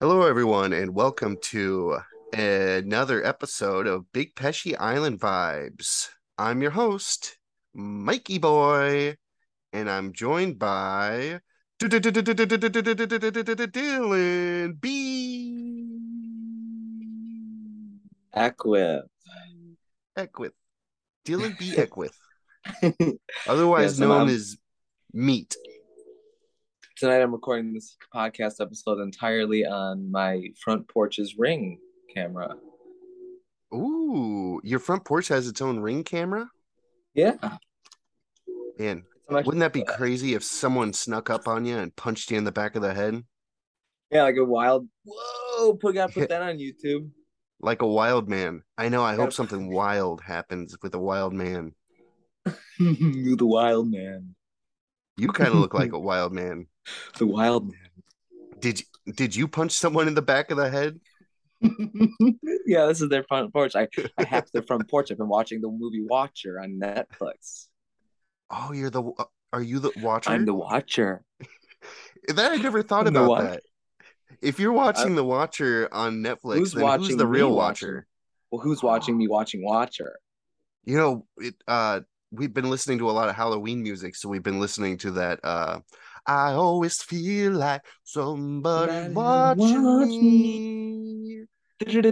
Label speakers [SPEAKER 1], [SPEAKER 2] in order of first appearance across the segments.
[SPEAKER 1] Hello, everyone, and welcome to another episode of Big Pesci Island Vibes. I'm your host, Mikey Boy, and I'm joined by Dylan B.
[SPEAKER 2] Aqua.
[SPEAKER 1] Equith. Dylan B. Equith, otherwise
[SPEAKER 2] Yes, I'm-
[SPEAKER 1] known
[SPEAKER 2] I'm-
[SPEAKER 1] as Meat.
[SPEAKER 2] Tonight I'm recording this podcast episode entirely on my front porch's ring camera.
[SPEAKER 1] Ooh, your front porch has its own ring camera?
[SPEAKER 2] Yeah.
[SPEAKER 1] Man,
[SPEAKER 2] It's my-
[SPEAKER 1] Wouldn't that be crazy if someone snuck up on you and punched you in the back of the head?
[SPEAKER 2] Yeah, like a wild whoa, put gotta put that on YouTube.
[SPEAKER 1] Like a wild man. I know, I hope
[SPEAKER 2] Gotta-
[SPEAKER 1] something wild happens with a wild man.
[SPEAKER 2] the wild man.
[SPEAKER 1] You kind of look like a wild man.
[SPEAKER 2] The wild
[SPEAKER 1] Did did you punch someone in the back of the head?
[SPEAKER 2] man. yeah, this is their front porch. I, I hacked their front porch. I've been watching the movie Watcher on Netflix.
[SPEAKER 1] Oh, you're the are you the watcher?
[SPEAKER 2] I'm the watcher.
[SPEAKER 1] that I never thought
[SPEAKER 2] I'm the
[SPEAKER 1] about
[SPEAKER 2] watch-
[SPEAKER 1] that. If you're watching the watcher on Netflix,
[SPEAKER 2] Who's
[SPEAKER 1] then
[SPEAKER 2] watching
[SPEAKER 1] who's the real
[SPEAKER 2] me
[SPEAKER 1] watcher?
[SPEAKER 2] watching? Well, who's watching me watching Watcher?
[SPEAKER 1] You know, it uh we've been listening to a lot of Halloween music, so we've been listening to that uh I always feel like somebody
[SPEAKER 2] Somebody
[SPEAKER 1] watching
[SPEAKER 2] watch
[SPEAKER 1] me.
[SPEAKER 2] Love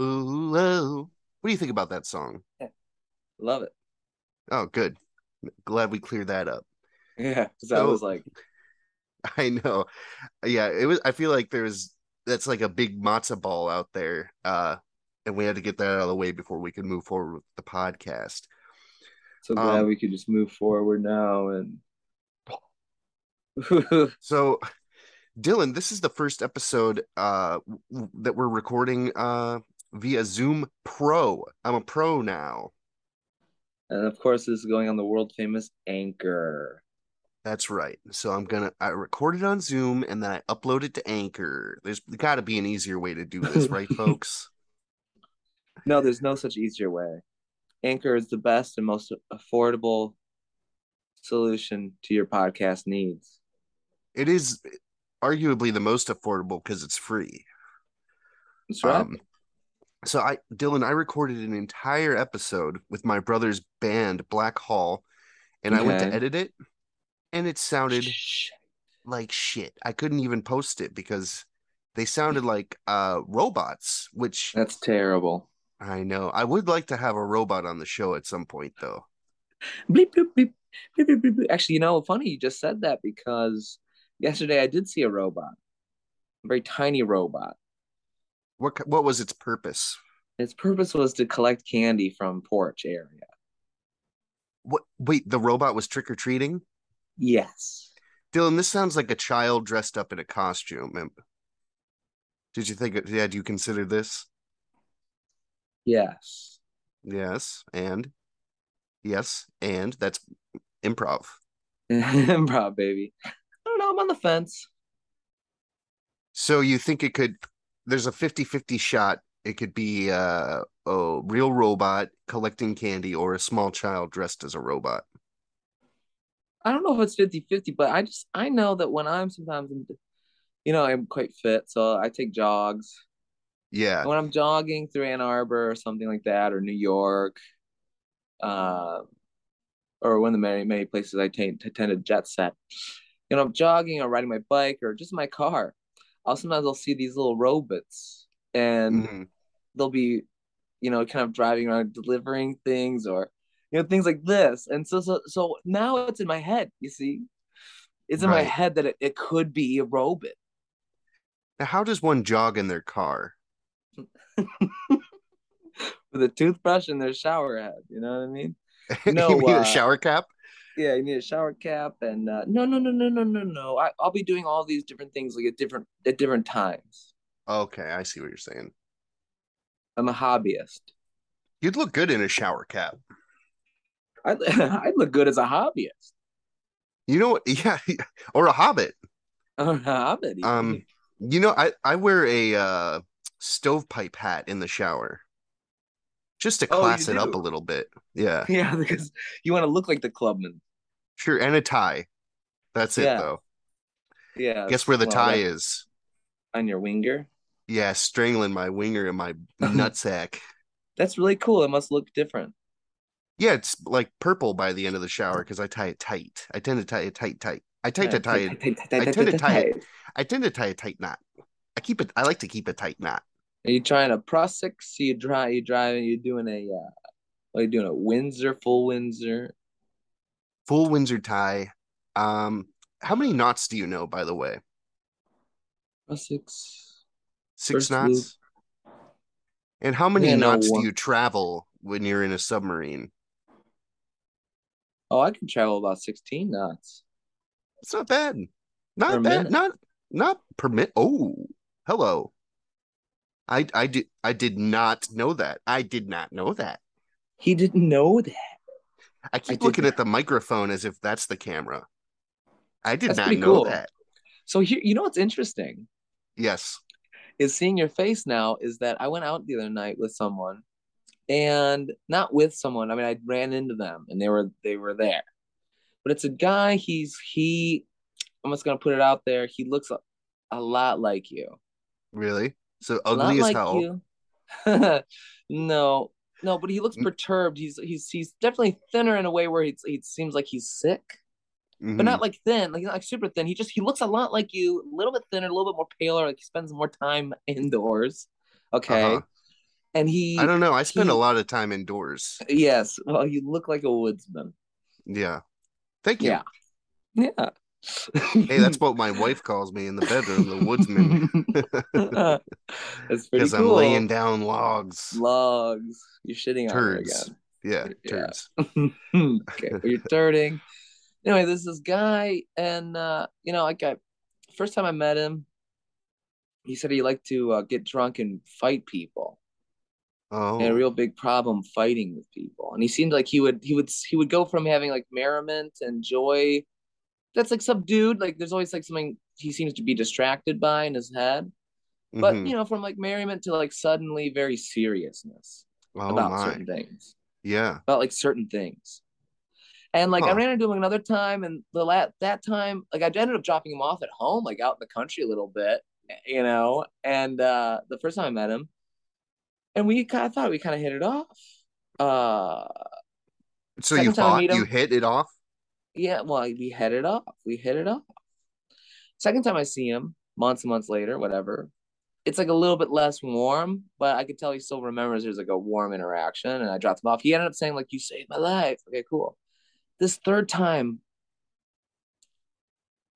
[SPEAKER 1] Ooh, ooh. What do you think about that song?
[SPEAKER 2] it.
[SPEAKER 1] Oh, good. Glad we cleared that up.
[SPEAKER 2] Yeah, because I
[SPEAKER 1] So-
[SPEAKER 2] was like,
[SPEAKER 1] I know. Yeah, it was I feel like there's that's like a big matzo ball out there. Uh and we had to get that out of the way before we could move forward with the podcast.
[SPEAKER 2] So glad
[SPEAKER 1] Um,
[SPEAKER 2] we could just move forward now and
[SPEAKER 1] So, Dylan, this is the first episode uh w- w- that we're recording uh via Zoom Pro. I'm a pro now.
[SPEAKER 2] and of course this is going on the world famous Anchor.
[SPEAKER 1] That's right. So I'm gonna I record it on Zoom and then I upload it to Anchor. There's got to be an easier way to do this, right, folks?
[SPEAKER 2] No, there's no such easier way. Anchor is the best and most affordable solution to your podcast needs.
[SPEAKER 1] It is arguably the most affordable because it's free.
[SPEAKER 2] That's right.
[SPEAKER 1] Um, so I, Dylan, I recorded an entire episode with my brother's band Black Hall, and I went to
[SPEAKER 2] Okay.
[SPEAKER 1] edit it, and it sounded
[SPEAKER 2] Shh.
[SPEAKER 1] like shit. I couldn't even post it because they sounded like uh robots, which
[SPEAKER 2] That's terrible.
[SPEAKER 1] I know. I would like to have a robot on the show at some point though.
[SPEAKER 2] Bleep, bleep, bleep. Bleep, bleep, bleep, bleep. Actually, you know, funny you just said that because yesterday I did see a robot, a very tiny robot.
[SPEAKER 1] What ki- what was its purpose?
[SPEAKER 2] Its purpose was to collect candy from porch area.
[SPEAKER 1] What wait, the robot was trick or treating?
[SPEAKER 2] Yes.
[SPEAKER 1] Dylan, this sounds like a child dressed up in a costume. Am- Did you think it- yeah, do you consider this?
[SPEAKER 2] Yes.
[SPEAKER 1] Yes, and yes, and that's improv.
[SPEAKER 2] Improv, baby. I don't know. I'm on the fence.
[SPEAKER 1] So you think it could there's a 50-50 shot it could be uh, a real robot collecting candy or a small child dressed as a robot.
[SPEAKER 2] I don't know if it's 50 50, but I just, I know that when I'm sometimes, in, you know, I'm quite fit. So I take jogs.
[SPEAKER 1] Yeah.
[SPEAKER 2] And when I'm jogging through Ann Arbor or something like that, or New York, uh, or one of the many, many places I t- t- tend to jet set, you know, I'm jogging or riding my bike or just in my car. I'll sometimes I'll see these little robots and
[SPEAKER 1] Mhm.
[SPEAKER 2] they'll be you know kind of driving around delivering things or you know things like this and so so so now it's in my head you see it's in my
[SPEAKER 1] Right.
[SPEAKER 2] head that it, it could be a robot
[SPEAKER 1] Now how does one jog in their car?
[SPEAKER 2] with a toothbrush in their shower head you know what i mean
[SPEAKER 1] you
[SPEAKER 2] No,
[SPEAKER 1] mean a
[SPEAKER 2] uh,
[SPEAKER 1] shower cap?
[SPEAKER 2] yeah you need a shower cap and uh, no no no no no no no I, i'll be doing all these different things like at different at different times
[SPEAKER 1] Okay, I see what you're saying.
[SPEAKER 2] i'm a hobbyist
[SPEAKER 1] You'd look good in a shower cap.
[SPEAKER 2] i i look good as a hobbyist
[SPEAKER 1] You know what? Yeah, or a hobbit.
[SPEAKER 2] I'm a hobbit even.
[SPEAKER 1] Um, You know, I I wear a uh stovepipe hat in the shower. Just to
[SPEAKER 2] Oh, you
[SPEAKER 1] class it up
[SPEAKER 2] do?
[SPEAKER 1] a little bit. Yeah.
[SPEAKER 2] yeah because you want to look like the clubman
[SPEAKER 1] Sure, and a tie. That's it
[SPEAKER 2] Yeah.
[SPEAKER 1] though.
[SPEAKER 2] yeah
[SPEAKER 1] Guess where the
[SPEAKER 2] well,
[SPEAKER 1] tie
[SPEAKER 2] that-
[SPEAKER 1] is?
[SPEAKER 2] on your winger.
[SPEAKER 1] Yeah, strangling my winger in my nutsack.
[SPEAKER 2] That's really cool. It must look different.
[SPEAKER 1] Yeah, it's like purple by the end of the shower because I tie it tight. I tend to tie it tight, tight. I tend to tie it. I tend to tie it. I tend to tie a tight knot. I keep it. I like to keep a tight knot.
[SPEAKER 2] Are you trying to prosix? You dry. You driving. You doing a. Uh, what are you doing? A Windsor full Windsor.
[SPEAKER 1] Full Windsor tie. Um, how many knots do you know, by the way?
[SPEAKER 2] Prosix.
[SPEAKER 1] Six
[SPEAKER 2] First
[SPEAKER 1] knots. And how many
[SPEAKER 2] Yeah, no,
[SPEAKER 1] knots do
[SPEAKER 2] one-
[SPEAKER 1] you travel when you're in a submarine?
[SPEAKER 2] Oh, I can travel about sixteen knots.
[SPEAKER 1] It's not bad. Not
[SPEAKER 2] Per
[SPEAKER 1] bad.
[SPEAKER 2] minute.
[SPEAKER 1] Not not permit. Oh, hello. I I did I did not know that. I did not know that.
[SPEAKER 2] He didn't know that.
[SPEAKER 1] I keep
[SPEAKER 2] did
[SPEAKER 1] looking
[SPEAKER 2] not.
[SPEAKER 1] at the microphone as if that's the camera. I did
[SPEAKER 2] That's
[SPEAKER 1] not
[SPEAKER 2] pretty
[SPEAKER 1] know
[SPEAKER 2] cool.
[SPEAKER 1] that.
[SPEAKER 2] So here, you know what's interesting
[SPEAKER 1] Yes.
[SPEAKER 2] is seeing your face now. Is that I went out the other night with someone, and not with someone. I mean, I ran into them, and they were they were there. But it's a guy. He's he. I'm just gonna put it out there. He looks a, a lot like you.
[SPEAKER 1] Really? So
[SPEAKER 2] A lot
[SPEAKER 1] ugly as
[SPEAKER 2] like
[SPEAKER 1] hell.
[SPEAKER 2] You. no, no, but he looks
[SPEAKER 1] Mm.
[SPEAKER 2] perturbed. He's he's he's definitely thinner in a way where he he seems like he's sick,
[SPEAKER 1] Mhm.
[SPEAKER 2] but not like thin, like not like super thin. He just he looks a lot like you, a little bit thinner, a little bit more paler. Like he spends more time indoors. Okay,
[SPEAKER 1] Uh-huh.
[SPEAKER 2] and he
[SPEAKER 1] I don't know. I spend a
[SPEAKER 2] he-
[SPEAKER 1] lot of time indoors.
[SPEAKER 2] yes, well, you look like a woodsman.
[SPEAKER 1] Yeah. Thank you.
[SPEAKER 2] Yeah, yeah.
[SPEAKER 1] Hey, that's what my wife calls me in the bedroom, the woodsman.
[SPEAKER 2] that's pretty
[SPEAKER 1] Because
[SPEAKER 2] cool.
[SPEAKER 1] I'm laying down logs.
[SPEAKER 2] Logs. You're shitting on her
[SPEAKER 1] Turds.
[SPEAKER 2] again.
[SPEAKER 1] Yeah,
[SPEAKER 2] Yeah.
[SPEAKER 1] turds.
[SPEAKER 2] okay, well, you're dirting. Anyway, there's this guy, and uh, you know, like I, first time I met him, he said he liked to uh, get drunk and fight people.
[SPEAKER 1] Oh,
[SPEAKER 2] He had a real big problem fighting with people, and he seemed like he would he would he would go from having like merriment and joy, that's like subdued. Like there's always like something he seems to be distracted by in his head. But
[SPEAKER 1] mhm.
[SPEAKER 2] you know, from like merriment to like suddenly very seriousness
[SPEAKER 1] oh
[SPEAKER 2] about
[SPEAKER 1] my,
[SPEAKER 2] certain things
[SPEAKER 1] yeah,
[SPEAKER 2] about like certain things. And like I
[SPEAKER 1] Huh.
[SPEAKER 2] ran into him another time, and the la- that time, like I ended up dropping him off at home, like out in the country a little bit, you know. And uh, the first time I met him, and we kind of thought we kind of hit it off. Uh,
[SPEAKER 1] so you
[SPEAKER 2] Second time I
[SPEAKER 1] fought,
[SPEAKER 2] meet
[SPEAKER 1] you
[SPEAKER 2] him.
[SPEAKER 1] hit it off.
[SPEAKER 2] yeah, well, we hit it off. We hit it off. Second time I see him, months and months later, whatever. It's like a little bit less warm, but I could tell he still remembers there's like a warm interaction. And I dropped him off. He ended up saying like, "You saved my life." Okay, cool. This third time,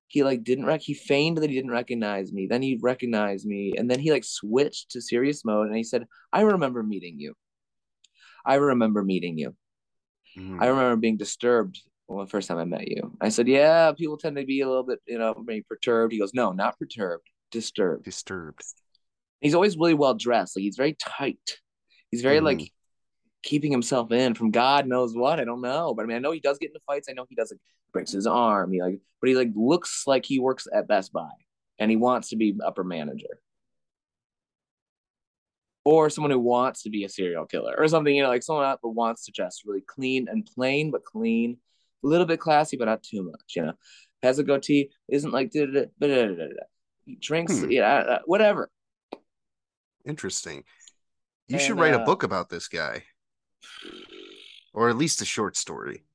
[SPEAKER 2] he like didn't rec. He feigned that he didn't recognize me. Then he recognized me, and then he like switched to serious mode. And he said, "I remember meeting you. I remember meeting you.
[SPEAKER 1] Mm.
[SPEAKER 2] I remember being disturbed when the first time I met you." I said, "Yeah, people tend to be a little bit, you know, maybe perturbed." He goes, "No, not perturbed, disturbed."
[SPEAKER 1] Disturbed.
[SPEAKER 2] he's always really well dressed. Like he's very tight. He's very like keeping himself in from God knows what. I don't know, but I mean, I know he does get into fights. I know he does like breaks his arm. He like, but he like looks like he works at Best Buy, and he wants to be upper manager. Or someone who wants to be a serial killer, or something, you know, like someone out but wants to dress really clean and plain, but clean, a little bit classy, but not too much, you know. Has a goatee, isn't like da da da da da da. He drinks,
[SPEAKER 1] Hmm.
[SPEAKER 2] yeah, uh, whatever.
[SPEAKER 1] Interesting. You should
[SPEAKER 2] And,
[SPEAKER 1] write a
[SPEAKER 2] uh,
[SPEAKER 1] book about this guy, or at least a short story.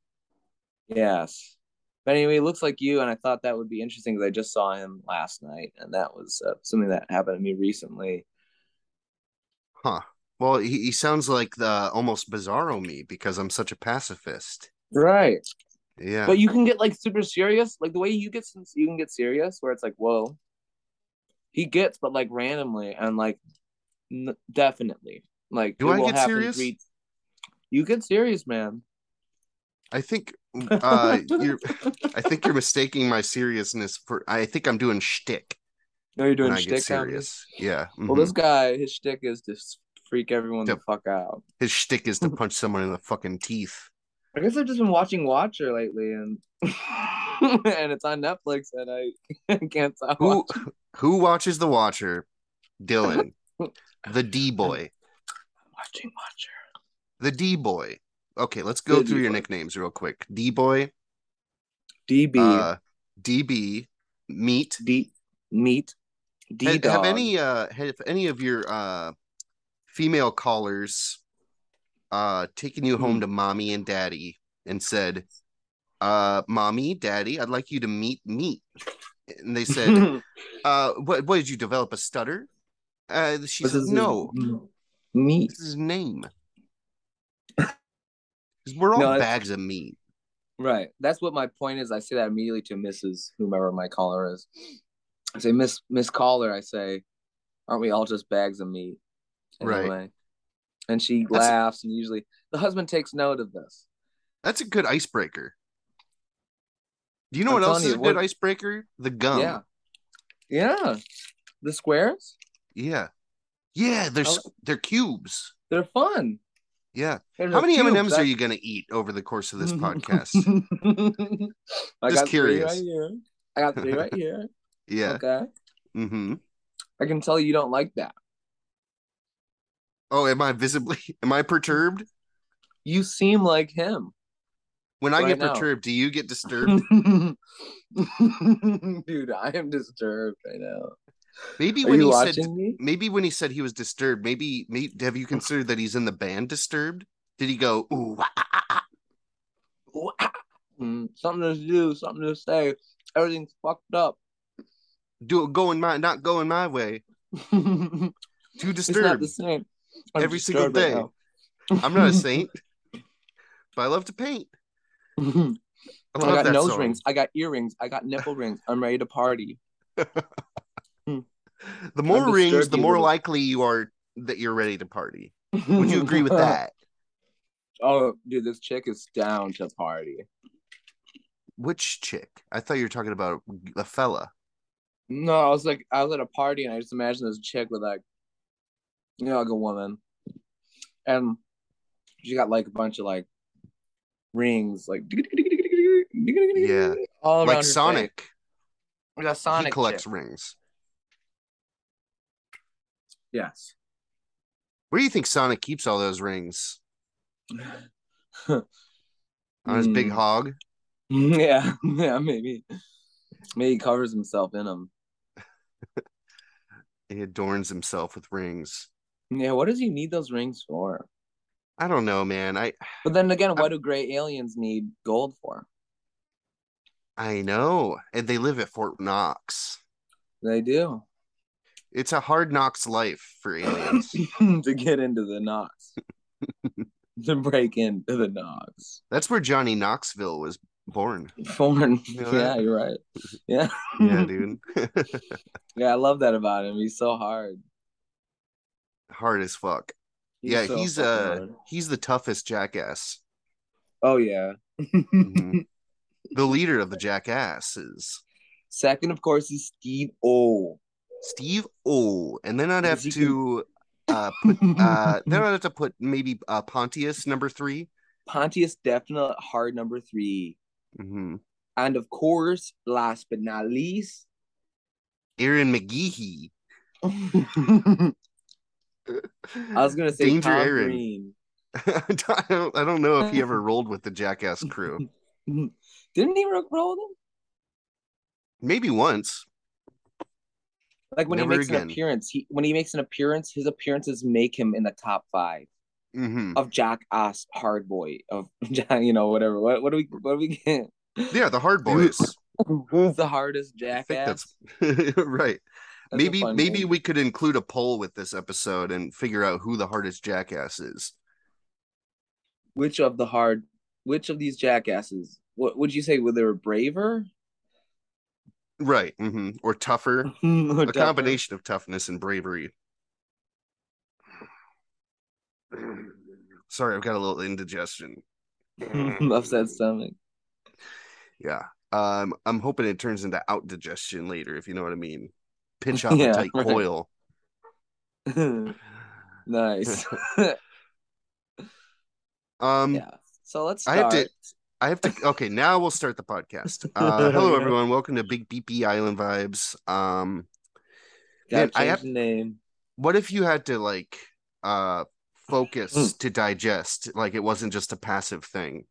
[SPEAKER 2] Yes. But anyway, he looks like you, and I thought that would be interesting because I just saw him last night, and that was uh, something that happened to me recently.
[SPEAKER 1] Well, he, he sounds like the almost bizarro me because I'm such a pacifist.
[SPEAKER 2] Right.
[SPEAKER 1] Yeah,
[SPEAKER 2] But you can get like super serious, like the way you get, since you can get serious, where it's like, whoa, he gets, but like randomly and like n- definitely, like
[SPEAKER 1] Do
[SPEAKER 2] it
[SPEAKER 1] I
[SPEAKER 2] will
[SPEAKER 1] get
[SPEAKER 2] happen
[SPEAKER 1] serious?
[SPEAKER 2] three- You get serious, man.
[SPEAKER 1] I think uh, you're. I think you're mistaking my seriousness for. I think I'm doing shtick.
[SPEAKER 2] No, you're
[SPEAKER 1] When
[SPEAKER 2] doing
[SPEAKER 1] I get
[SPEAKER 2] shtick
[SPEAKER 1] serious.
[SPEAKER 2] serious.
[SPEAKER 1] Yeah.
[SPEAKER 2] Well,
[SPEAKER 1] mhm.
[SPEAKER 2] this guy, his shtick is to s- freak everyone
[SPEAKER 1] Yep.
[SPEAKER 2] the fuck out.
[SPEAKER 1] His shtick is to punch someone in the fucking teeth.
[SPEAKER 2] I guess I've just been watching Watcher lately, and and it's on Netflix, and I can't stop.
[SPEAKER 1] Who
[SPEAKER 2] Who?
[SPEAKER 1] who watches The Watcher? Dylan, the D boy,
[SPEAKER 2] Watching Watcher.
[SPEAKER 1] the D boy. Okay, let's go
[SPEAKER 2] The
[SPEAKER 1] through your
[SPEAKER 2] D-boy.
[SPEAKER 1] nicknames real quick. D boy,
[SPEAKER 2] DB
[SPEAKER 1] uh, DB, Meat,
[SPEAKER 2] D Meat D
[SPEAKER 1] Have, have
[SPEAKER 2] Dog.
[SPEAKER 1] any uh have any of your uh female callers uh taken you
[SPEAKER 2] Hmm.
[SPEAKER 1] home to mommy and daddy and said, uh mommy, daddy, I'd like you to meet meat. And they said, uh what what did you develop a stutter? Uh she
[SPEAKER 2] This
[SPEAKER 1] said,
[SPEAKER 2] is-
[SPEAKER 1] No,
[SPEAKER 2] Meat.
[SPEAKER 1] this is his name. 'Cause We're all
[SPEAKER 2] No, that's-
[SPEAKER 1] bags of meat.
[SPEAKER 2] Right. That's what my point is. I say that immediately to Mrs. whomever my caller is. I say, Miss Miss Caller, I say, aren't we all just bags of meat?
[SPEAKER 1] Right.
[SPEAKER 2] And she
[SPEAKER 1] That's-
[SPEAKER 2] laughs and usually the husband takes note of this.
[SPEAKER 1] That's a good icebreaker. Do you know
[SPEAKER 2] I'm
[SPEAKER 1] what else
[SPEAKER 2] telling
[SPEAKER 1] is
[SPEAKER 2] you,
[SPEAKER 1] a good
[SPEAKER 2] what-
[SPEAKER 1] icebreaker? The gum.
[SPEAKER 2] Yeah. Yeah. The squares,
[SPEAKER 1] Yeah. Yeah, they're
[SPEAKER 2] I
[SPEAKER 1] s- they're cubes.
[SPEAKER 2] they're fun.
[SPEAKER 1] Yeah. How many M&Ms are you going to eat over the course of this podcast?
[SPEAKER 2] podcast? I
[SPEAKER 1] Just
[SPEAKER 2] got
[SPEAKER 1] curious.
[SPEAKER 2] Three right here. I got three right here.
[SPEAKER 1] Yeah.
[SPEAKER 2] Okay.
[SPEAKER 1] Mhm.
[SPEAKER 2] I can tell you don't like that.
[SPEAKER 1] Oh, am I visibly am I perturbed?
[SPEAKER 2] You seem like him.
[SPEAKER 1] When I
[SPEAKER 2] Right
[SPEAKER 1] get
[SPEAKER 2] now.
[SPEAKER 1] perturbed, do you get disturbed?
[SPEAKER 2] Dude, I am disturbed right now.
[SPEAKER 1] Maybe
[SPEAKER 2] Are
[SPEAKER 1] when
[SPEAKER 2] you
[SPEAKER 1] he
[SPEAKER 2] watching
[SPEAKER 1] said
[SPEAKER 2] me?
[SPEAKER 1] maybe when he said he was disturbed, maybe, may have you considered that he's in the band disturbed? Did he go, "Ooh, ah, ah, ah, ah."
[SPEAKER 2] Ooh, ah. Mm, something to do, something to say. Everything's fucked up.
[SPEAKER 1] do going my not going my way."
[SPEAKER 2] it's
[SPEAKER 1] Too
[SPEAKER 2] not
[SPEAKER 1] disturbed.
[SPEAKER 2] the same. I'm
[SPEAKER 1] Every single
[SPEAKER 2] disturbed right
[SPEAKER 1] day.
[SPEAKER 2] now.
[SPEAKER 1] I'm not a saint, but I love to paint. I love
[SPEAKER 2] I Oh, got
[SPEAKER 1] that
[SPEAKER 2] nose
[SPEAKER 1] song.
[SPEAKER 2] rings. I got earrings. I got nipple rings. I'm ready to party.
[SPEAKER 1] The more rings,
[SPEAKER 2] disturbed
[SPEAKER 1] the
[SPEAKER 2] you
[SPEAKER 1] more
[SPEAKER 2] little-
[SPEAKER 1] likely you are that you're ready to party. Would you agree with that?
[SPEAKER 2] Oh, dude, this chick is down to party.
[SPEAKER 1] Which chick? I thought you were talking about a fella.
[SPEAKER 2] No, I was like, I was at a party and I just imagined this chick with like, you know, like a woman, and she got like a bunch of like rings, like
[SPEAKER 1] Yeah.
[SPEAKER 2] all around her
[SPEAKER 1] Like
[SPEAKER 2] face.
[SPEAKER 1] Sonic.
[SPEAKER 2] Like a
[SPEAKER 1] he
[SPEAKER 2] Sonic
[SPEAKER 1] collects
[SPEAKER 2] chick.
[SPEAKER 1] rings.
[SPEAKER 2] Yes.
[SPEAKER 1] Where do you think Sonic keeps all those rings? On his big
[SPEAKER 2] Mm.
[SPEAKER 1] hog?
[SPEAKER 2] Yeah, yeah, maybe, maybe he covers himself in them.
[SPEAKER 1] He adorns himself with rings.
[SPEAKER 2] Yeah, what does he need those rings for?
[SPEAKER 1] I don't know, man. I
[SPEAKER 2] But then again, what do gray aliens need gold for?
[SPEAKER 1] I know. And they live at Fort Knox.
[SPEAKER 2] They do.
[SPEAKER 1] It's a hard knocks life for aliens.
[SPEAKER 2] to get into the Knox. to break into the Knox.
[SPEAKER 1] That's where Johnny Knoxville was born.
[SPEAKER 2] Foreign.
[SPEAKER 1] You know
[SPEAKER 2] yeah,
[SPEAKER 1] that?
[SPEAKER 2] you're right. Yeah.
[SPEAKER 1] Yeah, dude.
[SPEAKER 2] Yeah, I love that about him. He's so hard.
[SPEAKER 1] hard as fuck.
[SPEAKER 2] He's
[SPEAKER 1] yeah,
[SPEAKER 2] so
[SPEAKER 1] he's
[SPEAKER 2] fucking
[SPEAKER 1] uh
[SPEAKER 2] hard.
[SPEAKER 1] he's the toughest jackass.
[SPEAKER 2] Oh yeah.
[SPEAKER 1] Mhm. the leader of the jackasses,
[SPEAKER 2] Second, of course, is Steve O.
[SPEAKER 1] Steve O. And then I'd have
[SPEAKER 2] Is he
[SPEAKER 1] to uh put uh then I'd have to put maybe uh Pontius number 3
[SPEAKER 2] Pontius definite hard number three.
[SPEAKER 1] Mm-hmm.
[SPEAKER 2] And of course, last but not least,
[SPEAKER 1] Aaron McGeehee.
[SPEAKER 2] I was gonna say
[SPEAKER 1] Danger
[SPEAKER 2] Tom
[SPEAKER 1] Aaron.
[SPEAKER 2] Green.
[SPEAKER 1] I don't I don't know if he ever rolled with the jackass crew.
[SPEAKER 2] Didn't he rock roll them?
[SPEAKER 1] Maybe once.
[SPEAKER 2] Like when
[SPEAKER 1] Never
[SPEAKER 2] he makes
[SPEAKER 1] again.
[SPEAKER 2] an appearance, he when he makes an appearance, his appearances make him in the top five
[SPEAKER 1] hmm
[SPEAKER 2] of Jack Ass Hard Boy of you know whatever. What what do we what do we get?
[SPEAKER 1] Yeah, the hard boys.
[SPEAKER 2] Who's the hardest jackass?
[SPEAKER 1] that's- right.
[SPEAKER 2] a
[SPEAKER 1] maybe
[SPEAKER 2] fun
[SPEAKER 1] maybe
[SPEAKER 2] name.
[SPEAKER 1] we could include a poll with this episode and figure out who the hardest jackass is.
[SPEAKER 2] which of the hard which of these jackasses? What would you say? Were they were braver?
[SPEAKER 1] Right. hmm Or tougher.
[SPEAKER 2] Or
[SPEAKER 1] a
[SPEAKER 2] tougher?
[SPEAKER 1] combination of toughness and bravery. Sorry, I've got a little indigestion.
[SPEAKER 2] upset stomach.
[SPEAKER 1] Yeah. Um, I'm hoping it turns into out digestion later, if you know what I mean. Pinch off
[SPEAKER 2] Yeah,
[SPEAKER 1] a tight
[SPEAKER 2] right.
[SPEAKER 1] coil.
[SPEAKER 2] nice.
[SPEAKER 1] Um,
[SPEAKER 2] yeah. So let's
[SPEAKER 1] I
[SPEAKER 2] start.
[SPEAKER 1] have to- I have to. Okay, now we'll start the podcast. Uh, hello, everyone. Welcome to Big BP Island Vibes. Um, Man,
[SPEAKER 2] Gotta
[SPEAKER 1] I
[SPEAKER 2] change
[SPEAKER 1] have-
[SPEAKER 2] the name.
[SPEAKER 1] what if you had to like uh focus
[SPEAKER 2] Mm.
[SPEAKER 1] to digest? Like it wasn't just a passive thing.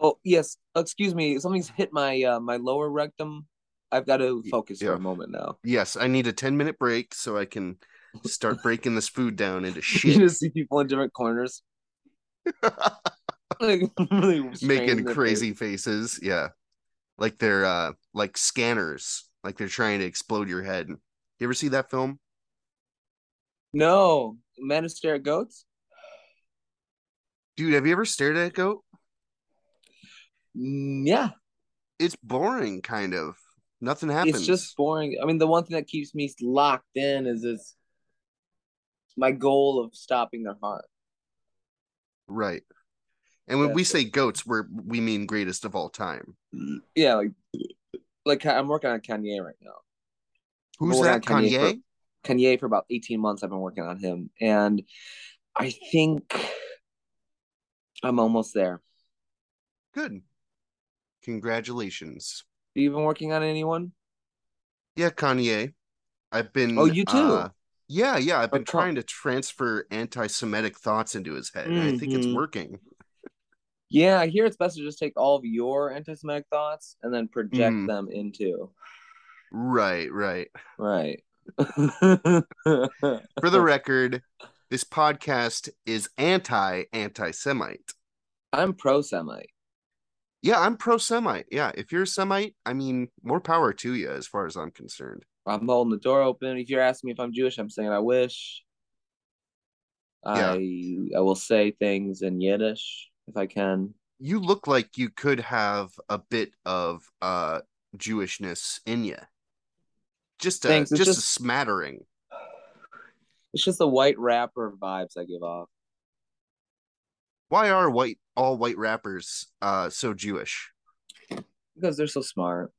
[SPEAKER 2] Oh yes, excuse me. Something's hit my uh, my lower rectum. I've got to focus for
[SPEAKER 1] Yeah.
[SPEAKER 2] a moment now.
[SPEAKER 1] Yes, I need a 10 minute break so I can start breaking this food down into
[SPEAKER 2] You
[SPEAKER 1] shit.
[SPEAKER 2] just see people in different corners, like really straining
[SPEAKER 1] Making
[SPEAKER 2] their
[SPEAKER 1] crazy faces. Yeah. Like they're uh like scanners, like they're trying to explode your head. You ever see that film?
[SPEAKER 2] face. No, men who stare at goats.
[SPEAKER 1] Dude, have you ever stared at a goat?
[SPEAKER 2] Mm, Yeah,
[SPEAKER 1] It's boring kind of. Nothing happens.
[SPEAKER 2] it's just boring. I mean, the one thing that keeps me locked in is this my goal of stopping their heart.
[SPEAKER 1] right. And when
[SPEAKER 2] Yeah.
[SPEAKER 1] we say goats, we're we mean greatest of all time.
[SPEAKER 2] Yeah, like like I'm working on Kanye right now.
[SPEAKER 1] Who's
[SPEAKER 2] We're
[SPEAKER 1] that?
[SPEAKER 2] on Kanye
[SPEAKER 1] Kanye?
[SPEAKER 2] Kanye for about 18 months. I've been working on him, and I think I'm almost there.
[SPEAKER 1] Good. Congratulations.
[SPEAKER 2] Have you been working on anyone?
[SPEAKER 1] Yeah, Kanye. I've been.
[SPEAKER 2] Oh, you too?
[SPEAKER 1] uh, yeah, yeah. I've been
[SPEAKER 2] Oh, cool.
[SPEAKER 1] trying to transfer anti-Semitic thoughts into his head. and I think it's
[SPEAKER 2] Mhm.
[SPEAKER 1] working.
[SPEAKER 2] Yeah, I hear it's best to just take all of your anti-Semitic thoughts and then project
[SPEAKER 1] Mm.
[SPEAKER 2] them into
[SPEAKER 1] Right, right.
[SPEAKER 2] right.
[SPEAKER 1] For the record, this podcast is anti-anti-Semite.
[SPEAKER 2] I'm pro-Semite.
[SPEAKER 1] Yeah, I'm pro-Semite. Yeah, if you're a Semite, I mean, more power to you, as far as I'm concerned.
[SPEAKER 2] I'm holding the door open. If you're asking me if I'm Jewish, I'm saying I wish.
[SPEAKER 1] Yeah.
[SPEAKER 2] I I will say things in Yiddish if I can.
[SPEAKER 1] You look like you could have a bit of uh Jewishness in you. Just a
[SPEAKER 2] Thanks, it's
[SPEAKER 1] just, a
[SPEAKER 2] just-
[SPEAKER 1] smattering.
[SPEAKER 2] It's just the white rapper vibes I give off.
[SPEAKER 1] Why are white all white rappers uh so Jewish?
[SPEAKER 2] because they're so smart.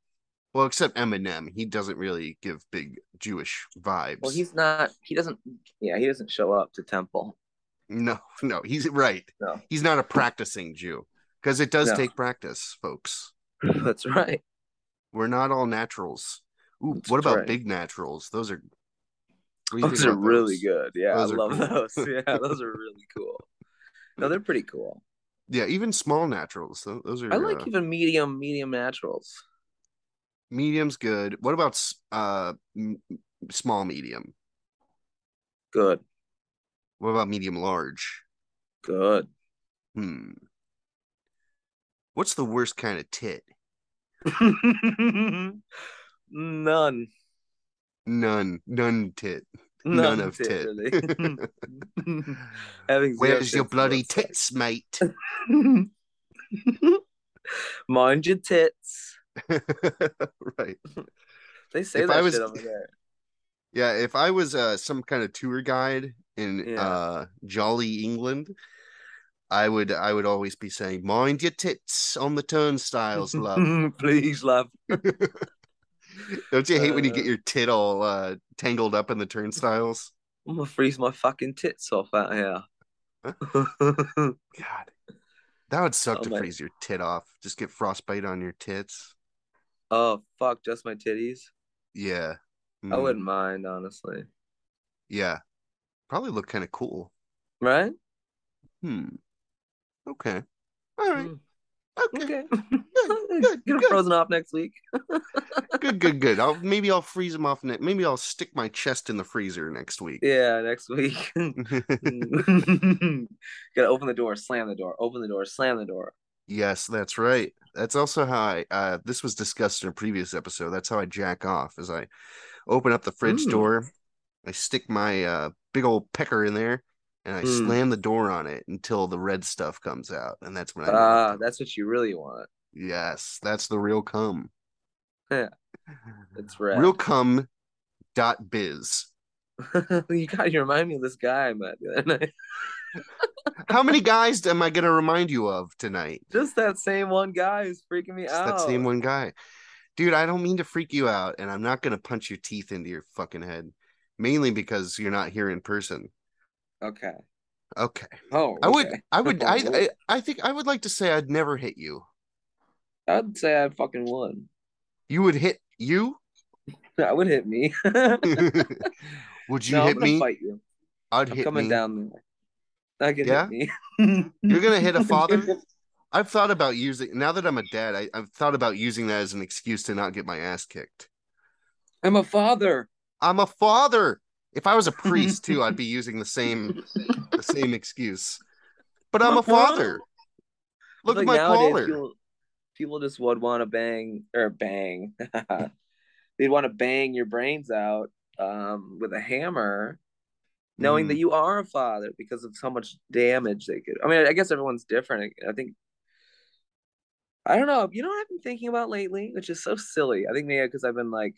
[SPEAKER 1] Well, except Eminem, he doesn't really give big Jewish vibes.
[SPEAKER 2] Well, he's not. He doesn't. Yeah, he doesn't show up to temple.
[SPEAKER 1] no, no, he's right.
[SPEAKER 2] No.
[SPEAKER 1] He's not a practicing Jew because it does
[SPEAKER 2] No.
[SPEAKER 1] take practice, folks.
[SPEAKER 2] That's right.
[SPEAKER 1] We're not all naturals. Ooh,
[SPEAKER 2] That's
[SPEAKER 1] what about
[SPEAKER 2] right.
[SPEAKER 1] big naturals? Those are what do you think
[SPEAKER 2] Those are
[SPEAKER 1] about
[SPEAKER 2] really
[SPEAKER 1] those?
[SPEAKER 2] good. Yeah,
[SPEAKER 1] Those
[SPEAKER 2] I
[SPEAKER 1] are
[SPEAKER 2] love
[SPEAKER 1] cool.
[SPEAKER 2] those. Yeah, those are really cool. No, they're pretty cool.
[SPEAKER 1] Yeah, even small naturals. tho- Those are
[SPEAKER 2] I like
[SPEAKER 1] uh,
[SPEAKER 2] even medium, medium naturals.
[SPEAKER 1] medium's good. What about s- uh m- m- small medium?
[SPEAKER 2] Good,
[SPEAKER 1] What about medium large?
[SPEAKER 2] good.
[SPEAKER 1] Hmm. What's the worst kind of tit?
[SPEAKER 2] None.
[SPEAKER 1] None. None tit. None of tit.
[SPEAKER 2] really. Having zero
[SPEAKER 1] Where's your
[SPEAKER 2] tits is
[SPEAKER 1] bloody
[SPEAKER 2] what's up.
[SPEAKER 1] tits, mate?
[SPEAKER 2] Mind your tits.
[SPEAKER 1] right.
[SPEAKER 2] They say
[SPEAKER 1] If
[SPEAKER 2] that
[SPEAKER 1] I was-
[SPEAKER 2] shit over there.
[SPEAKER 1] Yeah. If I was uh, some kind of tour guide in
[SPEAKER 2] Yeah.
[SPEAKER 1] uh, jolly England, I would I would always be saying, "Mind your tits on the turnstiles, love."
[SPEAKER 2] Please, love.
[SPEAKER 1] Don't you hate when you
[SPEAKER 2] Uh.
[SPEAKER 1] get your tit all uh, tangled up in the turnstiles?
[SPEAKER 2] I'm gonna freeze my fucking tits off out here.
[SPEAKER 1] God, that would suck
[SPEAKER 2] Oh,
[SPEAKER 1] to
[SPEAKER 2] my-
[SPEAKER 1] freeze your tit off. Just get frostbite on your tits.
[SPEAKER 2] oh fuck, just my titties.
[SPEAKER 1] Yeah.
[SPEAKER 2] I
[SPEAKER 1] Mm,
[SPEAKER 2] wouldn't mind, honestly.
[SPEAKER 1] Yeah. Probably look kind of cool.
[SPEAKER 2] Right?
[SPEAKER 1] Hmm. Okay. All right.
[SPEAKER 2] Mm,
[SPEAKER 1] Okay.
[SPEAKER 2] Okay.
[SPEAKER 1] good,
[SPEAKER 2] Get them
[SPEAKER 1] good.
[SPEAKER 2] frozen off next week.
[SPEAKER 1] good, good, good. I'll maybe I'll freeze them off. Ne- maybe I'll stick my chest in the freezer next week.
[SPEAKER 2] Yeah, next week. Gotta open the door, slam the door, open the door, slam the door.
[SPEAKER 1] yes, that's right. That's also how I. Uh, this was discussed in a previous episode. That's how I jack off. Is I open up the fridge
[SPEAKER 2] Mm.
[SPEAKER 1] door, I stick my uh, big old pecker in there, and I
[SPEAKER 2] Mm.
[SPEAKER 1] slam the door on it until the red stuff comes out, and that's when I.
[SPEAKER 2] Ah, that's what you really want.
[SPEAKER 1] yes, that's the real cum.
[SPEAKER 2] Yeah. It's red.
[SPEAKER 1] Real cum. Dot biz.
[SPEAKER 2] you gotta you remind me of this guy I met the other night.
[SPEAKER 1] How many guys am I going to remind you of tonight?
[SPEAKER 2] Just that same one guy who's freaking me
[SPEAKER 1] It's
[SPEAKER 2] out.
[SPEAKER 1] that same one guy. Dude, I don't mean to freak you out, and I'm not gonna punch your teeth into your fucking head. Mainly because you're not here in person.
[SPEAKER 2] Okay.
[SPEAKER 1] Okay.
[SPEAKER 2] Oh,
[SPEAKER 1] I would
[SPEAKER 2] okay.
[SPEAKER 1] I would I, I I think I would like to say I'd never hit you.
[SPEAKER 2] I'd say I fucking won.
[SPEAKER 1] You would hit you?
[SPEAKER 2] That would hit me. no,
[SPEAKER 1] would you
[SPEAKER 2] I'm
[SPEAKER 1] hit
[SPEAKER 2] gonna
[SPEAKER 1] me?
[SPEAKER 2] fight you.
[SPEAKER 1] I'd
[SPEAKER 2] I'm
[SPEAKER 1] hit
[SPEAKER 2] coming
[SPEAKER 1] me.
[SPEAKER 2] down there. That could
[SPEAKER 1] Yeah?
[SPEAKER 2] hit me.
[SPEAKER 1] You're gonna hit a father? I've thought about using now that I'm a dad. I, I've thought about using that as an excuse to not get my ass kicked.
[SPEAKER 2] I'm a father.
[SPEAKER 1] I'm a father. If I was a priest too, I'd be using the same the same excuse. But I'm a father. Look at
[SPEAKER 2] Like
[SPEAKER 1] my
[SPEAKER 2] nowadays,
[SPEAKER 1] collar.
[SPEAKER 2] People, people just would want to bang or bang. They'd want to bang your brains out um, with a hammer, knowing that you are a father because of how much damage they could. I mean, I guess everyone's different. I think. I don't know. You know what I've been thinking about lately, which is so silly. I think maybe because I've been like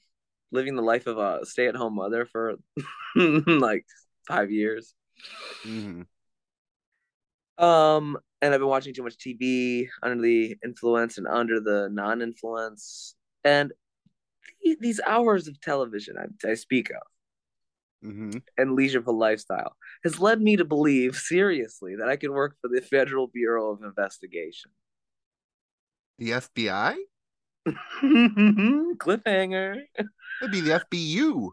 [SPEAKER 2] living the life of a stay-at-home mother for like five years.
[SPEAKER 1] Mhm.
[SPEAKER 2] Um, and I've been watching too much TV under the influence and under the non-influence, and the- these hours of television I, I speak of
[SPEAKER 1] Mhm.
[SPEAKER 2] and leisureful lifestyle has led me to believe seriously that I could work for the Federal Bureau of Investigation.
[SPEAKER 1] The FBI?
[SPEAKER 2] Cliffhanger.
[SPEAKER 1] It'd be the FBU.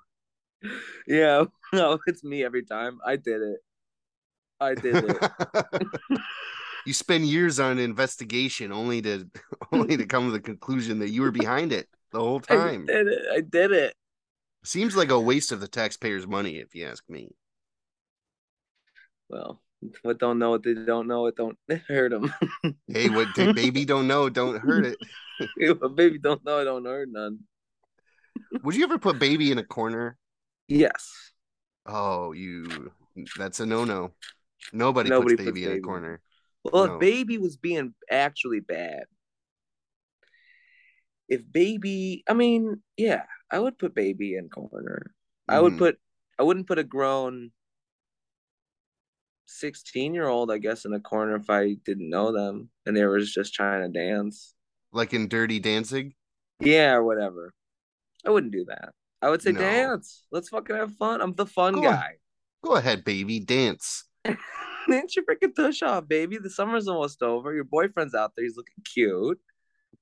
[SPEAKER 2] Yeah, no, it's me every time. I did it. I did it.
[SPEAKER 1] you spend years on an investigation only to only to come to the conclusion that you were behind it the whole
[SPEAKER 2] I
[SPEAKER 1] time.
[SPEAKER 2] did it. I did it.
[SPEAKER 1] Seems like a waste of the taxpayers' money, if you ask me.
[SPEAKER 2] Well, what don't know what they don't know, it don't hurt them.
[SPEAKER 1] Hey, what did baby don't know, don't hurt it.
[SPEAKER 2] Baby, don't know, it don't hurt none.
[SPEAKER 1] Would you ever put baby in a corner?
[SPEAKER 2] Yes.
[SPEAKER 1] Oh, you that's a no no. Nobody,
[SPEAKER 2] Nobody
[SPEAKER 1] puts
[SPEAKER 2] puts
[SPEAKER 1] baby in a
[SPEAKER 2] baby.
[SPEAKER 1] corner.
[SPEAKER 2] Well,
[SPEAKER 1] No.
[SPEAKER 2] if Baby was being actually bad, if Baby, I mean, yeah, I would put Baby in corner. I would
[SPEAKER 1] Mhm.
[SPEAKER 2] put, I wouldn't put a grown sixteen-year-old, I guess, in a corner if I didn't know them and they were just trying to dance,
[SPEAKER 1] like in Dirty Dancing.
[SPEAKER 2] yeah, or whatever. I wouldn't do that. I would say,
[SPEAKER 1] No.
[SPEAKER 2] dance. Let's fucking have fun. I'm the fun
[SPEAKER 1] Go on.
[SPEAKER 2] guy.
[SPEAKER 1] Go ahead, baby, dance.
[SPEAKER 2] Dance your freaking tush off, baby. The summer's almost over. Your boyfriend's out there. He's looking cute.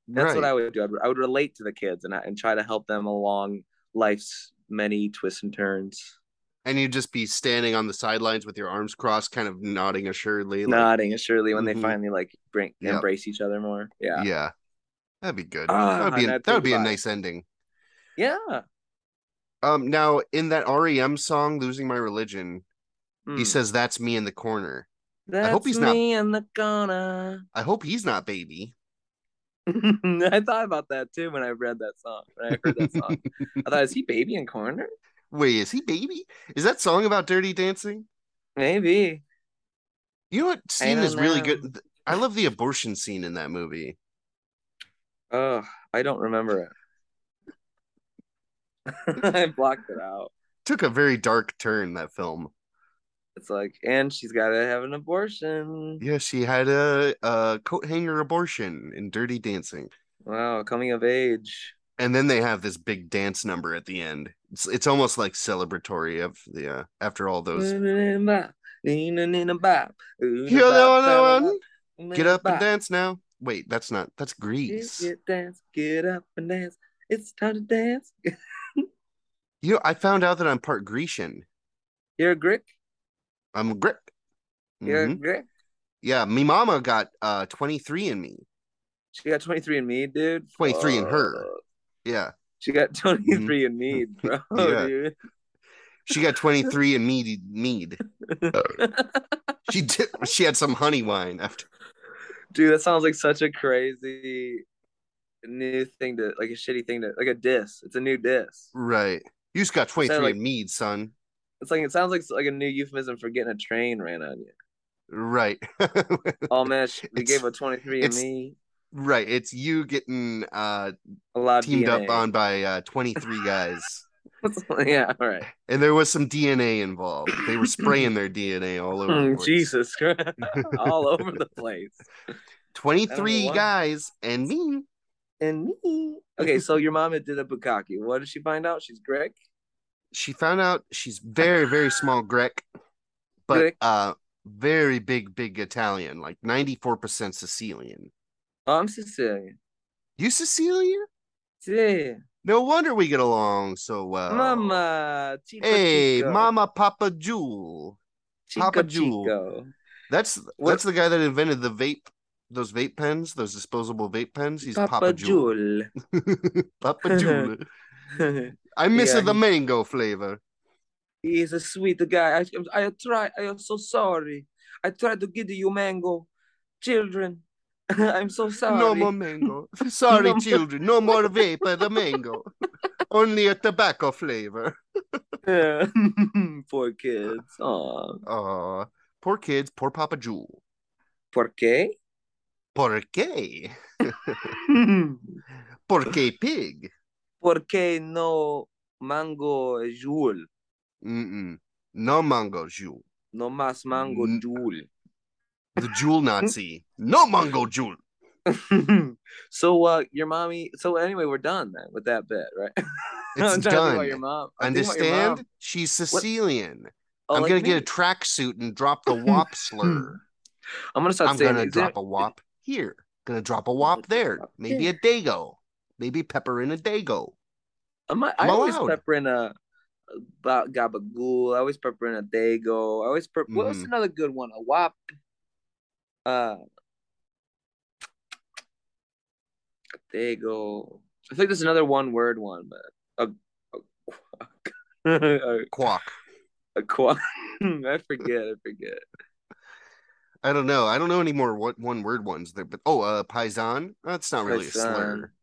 [SPEAKER 2] That's what I would do. I would, I would relate to the kids and I, and try to help them along life's many twists and turns,
[SPEAKER 1] and you'd just be standing on the sidelines with your arms crossed, kind of nodding assuredly. Like,
[SPEAKER 2] nodding assuredly when
[SPEAKER 1] Mhm.
[SPEAKER 2] they finally like bring
[SPEAKER 1] Yep.
[SPEAKER 2] embrace each other more. Yeah,
[SPEAKER 1] yeah, that'd be good.
[SPEAKER 2] Ah,
[SPEAKER 1] that'd be
[SPEAKER 2] now
[SPEAKER 1] a,
[SPEAKER 2] I
[SPEAKER 1] that'd
[SPEAKER 2] think
[SPEAKER 1] be a
[SPEAKER 2] about it.
[SPEAKER 1] nice ending.
[SPEAKER 2] yeah.
[SPEAKER 1] Um, now in that REM song, "Losing My Religion,"
[SPEAKER 2] Hmm.
[SPEAKER 1] he says, "That's me in the corner."
[SPEAKER 2] That's
[SPEAKER 1] hope he's not-
[SPEAKER 2] me in the corner.
[SPEAKER 1] I hope he's not baby.
[SPEAKER 2] I thought about that too when I read that song. When I heard that song, I thought, is he baby in corner?
[SPEAKER 1] Wait, is he baby? Is that song about dirty dancing?
[SPEAKER 2] Maybe.
[SPEAKER 1] You know what scene
[SPEAKER 2] don't
[SPEAKER 1] is really good.
[SPEAKER 2] know.
[SPEAKER 1] Th- I love the abortion scene in that movie.
[SPEAKER 2] Oh, I don't remember it. I blocked it out.
[SPEAKER 1] Took a very dark turn that film.
[SPEAKER 2] It's like, and she's got to have an abortion.
[SPEAKER 1] Yeah, she had a, a coat hanger abortion in Dirty Dancing.
[SPEAKER 2] Wow, coming of age.
[SPEAKER 1] and then they have this big dance number at the end. It's it's almost like celebratory of the uh, after all those. You're the only
[SPEAKER 2] Get
[SPEAKER 1] one. Get up and dance now. Wait, that's not that's Grease.
[SPEAKER 2] Get dance, get up and dance. It's time to dance.
[SPEAKER 1] You know, I found out that I'm part Grecian.
[SPEAKER 2] You're a Greek.
[SPEAKER 1] I'm a Greek.
[SPEAKER 2] You're a
[SPEAKER 1] Mhm.
[SPEAKER 2] Greek.
[SPEAKER 1] Yeah, me mama got uh 23 in me.
[SPEAKER 2] She got 23 and me, dude.
[SPEAKER 1] 23 and her.
[SPEAKER 2] Fuck.
[SPEAKER 1] Yeah,
[SPEAKER 2] She got 23 and me, bro,
[SPEAKER 1] Yeah.
[SPEAKER 2] dude.
[SPEAKER 1] she got 23 and mead mead. She did. She had some honey wine after.
[SPEAKER 2] Dude, that sounds like such a crazy new thing to like a shitty thing to like a diss. It's a new diss.
[SPEAKER 1] Right. You just got 23
[SPEAKER 2] like-
[SPEAKER 1] and mead, son.
[SPEAKER 2] It's like it sounds like like a new euphemism for getting a train ran on you.
[SPEAKER 1] Right.
[SPEAKER 2] Oh man, sh- we
[SPEAKER 1] It's-
[SPEAKER 2] gave a twenty three and
[SPEAKER 1] it's-
[SPEAKER 2] me
[SPEAKER 1] right. It's you getting uh
[SPEAKER 2] a lot of
[SPEAKER 1] teamed
[SPEAKER 2] DNA.
[SPEAKER 1] up on by uh, 23 guys
[SPEAKER 2] yeah, all right.
[SPEAKER 1] and there was some dna involved they were spraying their dna all over the
[SPEAKER 2] Mm,
[SPEAKER 1] place.
[SPEAKER 2] Jesus Christ, all over the place.
[SPEAKER 1] 23
[SPEAKER 2] why.
[SPEAKER 1] guys and me
[SPEAKER 2] And me. Okay, so your mom did a bukkake. What did she find out? She's Greek.
[SPEAKER 1] she found out she's very very small grec but
[SPEAKER 2] Grec.
[SPEAKER 1] uh very big big italian like 94% sicilian
[SPEAKER 2] Oh, I'm Sicilian.
[SPEAKER 1] you sicilian
[SPEAKER 2] Yeah,
[SPEAKER 1] no wonder we get along so well
[SPEAKER 2] Mama. Chico,
[SPEAKER 1] Oh. hey
[SPEAKER 2] Chico.
[SPEAKER 1] mama papa jewel
[SPEAKER 2] Chico,
[SPEAKER 1] Papa Jewel.
[SPEAKER 2] Chico.
[SPEAKER 1] that's
[SPEAKER 2] What-
[SPEAKER 1] that's the guy that invented the vape those vape pens, those disposable vape pens. He's
[SPEAKER 2] Papa,
[SPEAKER 1] Papa, Jewel.
[SPEAKER 2] Jewel.
[SPEAKER 1] Papa Jewel. I'm missing the
[SPEAKER 2] Yeah, he-
[SPEAKER 1] mango flavor.
[SPEAKER 2] he is a sweet guy. I, I try. I am so sorry. I tried to give you mango, children. I'm so sorry.
[SPEAKER 1] No more mango. Sorry,
[SPEAKER 2] No more-
[SPEAKER 1] children. No more vape. The mango. Only a tobacco flavor.
[SPEAKER 2] Yeah. Poor kids. Aw.
[SPEAKER 1] Aw, poor kids. Poor Papa Jewel.
[SPEAKER 2] Por qué?
[SPEAKER 1] Por qué? Por qué pig?
[SPEAKER 2] Por qué no mango Jewel?
[SPEAKER 1] Mm-mm. No mango Jewel.
[SPEAKER 2] No más mango
[SPEAKER 1] N-
[SPEAKER 2] Jewel.
[SPEAKER 1] The Jewel Nazi. No mango Jewel.
[SPEAKER 2] so uh your mommy so anyway we're done then with that bit right
[SPEAKER 1] It's
[SPEAKER 2] I'm trying to think about
[SPEAKER 1] done.
[SPEAKER 2] your mom I'm thinking about your mom.
[SPEAKER 1] Understand? She's Sicilian.
[SPEAKER 2] Oh,
[SPEAKER 1] I'm
[SPEAKER 2] like
[SPEAKER 1] gonna get
[SPEAKER 2] me.
[SPEAKER 1] a tracksuit and drop the wop slur.
[SPEAKER 2] i'm gonna start
[SPEAKER 1] I'm
[SPEAKER 2] saying
[SPEAKER 1] gonna
[SPEAKER 2] is there-
[SPEAKER 1] drop a wop here. Gonna drop a wop there. Maybe a dago. Maybe pepper in a dago.
[SPEAKER 2] am I,
[SPEAKER 1] I'm
[SPEAKER 2] I always
[SPEAKER 1] allowed.
[SPEAKER 2] pepper in a ba- gabagool i always pepper in a dago i always pepper what was
[SPEAKER 1] Mhm.
[SPEAKER 2] another good one a wop uh dago i think there's another one word one but a, a, a,
[SPEAKER 1] Quack.
[SPEAKER 2] a qua- i forget i forget
[SPEAKER 1] I don't know. I don't know any more what one word ones there, but oh uh paisan. That's not really a slur.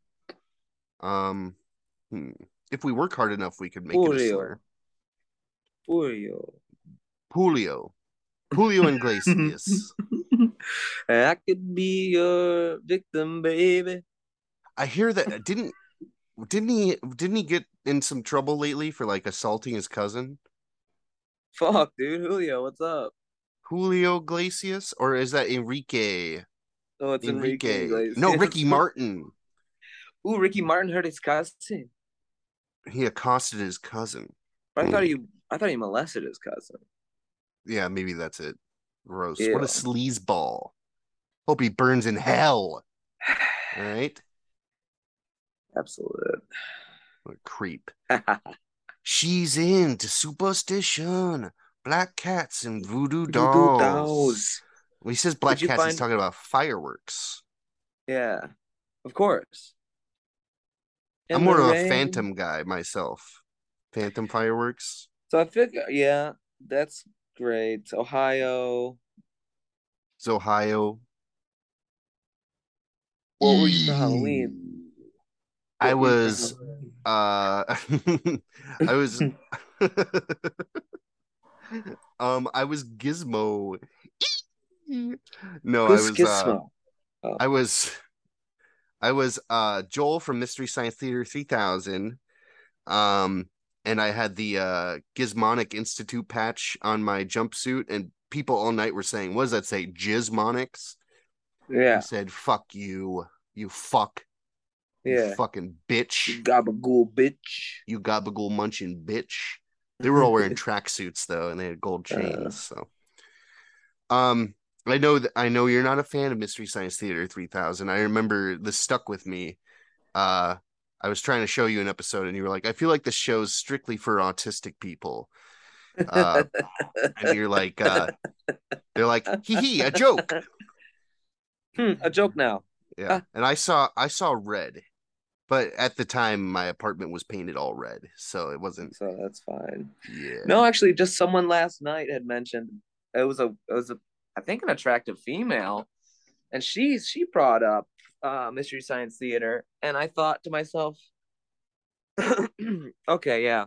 [SPEAKER 1] Um hmm. if we work hard enough we could make it a
[SPEAKER 2] Pulio.
[SPEAKER 1] slur.
[SPEAKER 2] Puyo.
[SPEAKER 1] Julio. Julio Iglesias.
[SPEAKER 2] And I could be your victim, baby.
[SPEAKER 1] I hear that uh, didn't didn't he didn't he get in some trouble lately for like assaulting his cousin?
[SPEAKER 2] Fuck, dude. Julio, what's up?
[SPEAKER 1] Julio Iglesias or is that Enrique?
[SPEAKER 2] Oh, it's Enrique.
[SPEAKER 1] Enrique.
[SPEAKER 2] Iglesias.
[SPEAKER 1] No, Ricky Martin.
[SPEAKER 2] Ooh, Ricky Martin hurt his cousin.
[SPEAKER 1] He accosted his cousin.
[SPEAKER 2] I thought
[SPEAKER 1] Mm.
[SPEAKER 2] he, I thought he molested his cousin.
[SPEAKER 1] Yeah, maybe that's it. Gross.
[SPEAKER 2] Ew.
[SPEAKER 1] What a sleazeball. Hope he burns in hell. All right.
[SPEAKER 2] Absolute.
[SPEAKER 1] What a creep. She's into superstition. Black cats and voodoo dolls.
[SPEAKER 2] dolls.
[SPEAKER 1] When he says black
[SPEAKER 2] Would you
[SPEAKER 1] cats, he's
[SPEAKER 2] find-
[SPEAKER 1] talking about fireworks.
[SPEAKER 2] Yeah, of course.
[SPEAKER 1] I'm
[SPEAKER 2] In
[SPEAKER 1] more
[SPEAKER 2] the
[SPEAKER 1] of a
[SPEAKER 2] rain.
[SPEAKER 1] phantom guy myself. Phantom fireworks.
[SPEAKER 2] So I figure, yeah, that's great. Ohio.
[SPEAKER 1] It's Ohio.
[SPEAKER 2] What were you for
[SPEAKER 1] Eee.
[SPEAKER 2] Halloween?
[SPEAKER 1] I
[SPEAKER 2] What were you for
[SPEAKER 1] was
[SPEAKER 2] Halloween?
[SPEAKER 1] Uh, I was, um, I was Gizmo. No, I
[SPEAKER 2] Who's
[SPEAKER 1] was. Uh,
[SPEAKER 2] Gizmo?
[SPEAKER 1] I was. I was uh Joel from Mystery Science Theater three thousand, um, and I had the uh Gizmonic Institute patch on my jumpsuit, and people all night were saying, "What does that say, Gizmonics?" I
[SPEAKER 2] yeah,
[SPEAKER 1] said, "Fuck you, you fuck,
[SPEAKER 2] yeah.
[SPEAKER 1] you fucking bitch."
[SPEAKER 2] You gabagool bitch.
[SPEAKER 1] you gabagool munching bitch. They were all wearing tracksuits though, and they had gold
[SPEAKER 2] Uh.
[SPEAKER 1] chains. So, um, I know that I know you're not a fan of Mystery Science Theater 3000. I remember this stuck with me. Uh, I was trying to show you an episode, and you were like, "I feel like this show's strictly for autistic people." Uh, and you're like, uh, "They're like, hee hee, a joke."
[SPEAKER 2] Hmm, a joke now.
[SPEAKER 1] Yeah, and I saw I saw red, but at the time my apartment was painted all red, so it wasn't.
[SPEAKER 2] So that's fine.
[SPEAKER 1] Yeah.
[SPEAKER 2] No, actually, just someone last night had mentioned it was a it was a I think an attractive female, and she she brought up uh, Mystery Science Theater, and I thought to myself, okay, yeah.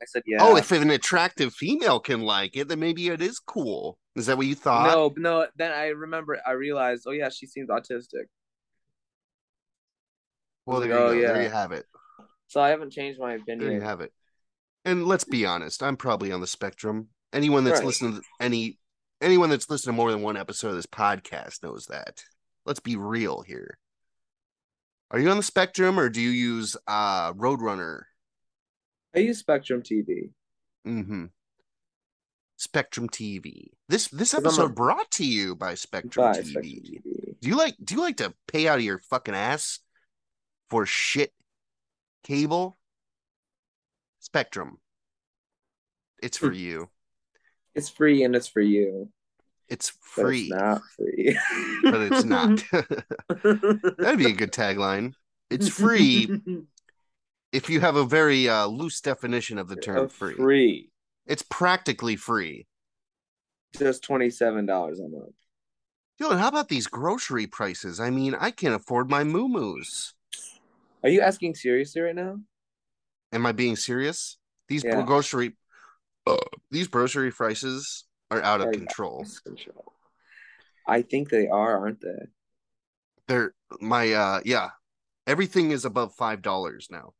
[SPEAKER 2] I said, yeah.
[SPEAKER 1] Oh, if an attractive female can like it, then maybe it is cool. Is that what you thought?
[SPEAKER 2] no, no. Then I remember I realized, oh yeah, she seems autistic.
[SPEAKER 1] Well, there you
[SPEAKER 2] Oh,
[SPEAKER 1] go. There
[SPEAKER 2] yeah.
[SPEAKER 1] you have it.
[SPEAKER 2] So I haven't changed my
[SPEAKER 1] There you
[SPEAKER 2] opinion.
[SPEAKER 1] have it. And let's be honest, I'm probably on the spectrum. Anyone that's
[SPEAKER 2] Right.
[SPEAKER 1] listened to any anyone that's listened to more than one episode of this podcast knows that. Let's be real here. Are you on the spectrum or do you use uh Roadrunner?
[SPEAKER 2] I use Spectrum TV.
[SPEAKER 1] Mm-hmm. Spectrum TV. This this
[SPEAKER 2] 'Cause I'm a-
[SPEAKER 1] episode brought to you by Spectrum
[SPEAKER 2] Bye,
[SPEAKER 1] TV.
[SPEAKER 2] Spectrum TV.
[SPEAKER 1] Do you like do you like to pay out of your fucking ass for shit cable? Spectrum. It's for you.
[SPEAKER 2] It's free and it's for you.
[SPEAKER 1] It's
[SPEAKER 2] but
[SPEAKER 1] free,
[SPEAKER 2] It's not free.
[SPEAKER 1] but it's not. That'd be a good tagline. It's free if you have a very uh, loose definition of the term
[SPEAKER 2] A
[SPEAKER 1] free.
[SPEAKER 2] free.
[SPEAKER 1] It's practically free.
[SPEAKER 2] Just twenty seven dollars a month.
[SPEAKER 1] Yo, and how about these grocery prices? I mean, I can't afford my moo-moos.
[SPEAKER 2] Are you asking seriously right now?
[SPEAKER 1] Am I being serious? These
[SPEAKER 2] Yeah.
[SPEAKER 1] grocery uh, these grocery prices are out of
[SPEAKER 2] Are-
[SPEAKER 1] control.
[SPEAKER 2] Control. I think they are, aren't they?
[SPEAKER 1] They're my uh yeah. Everything is above five dollars now.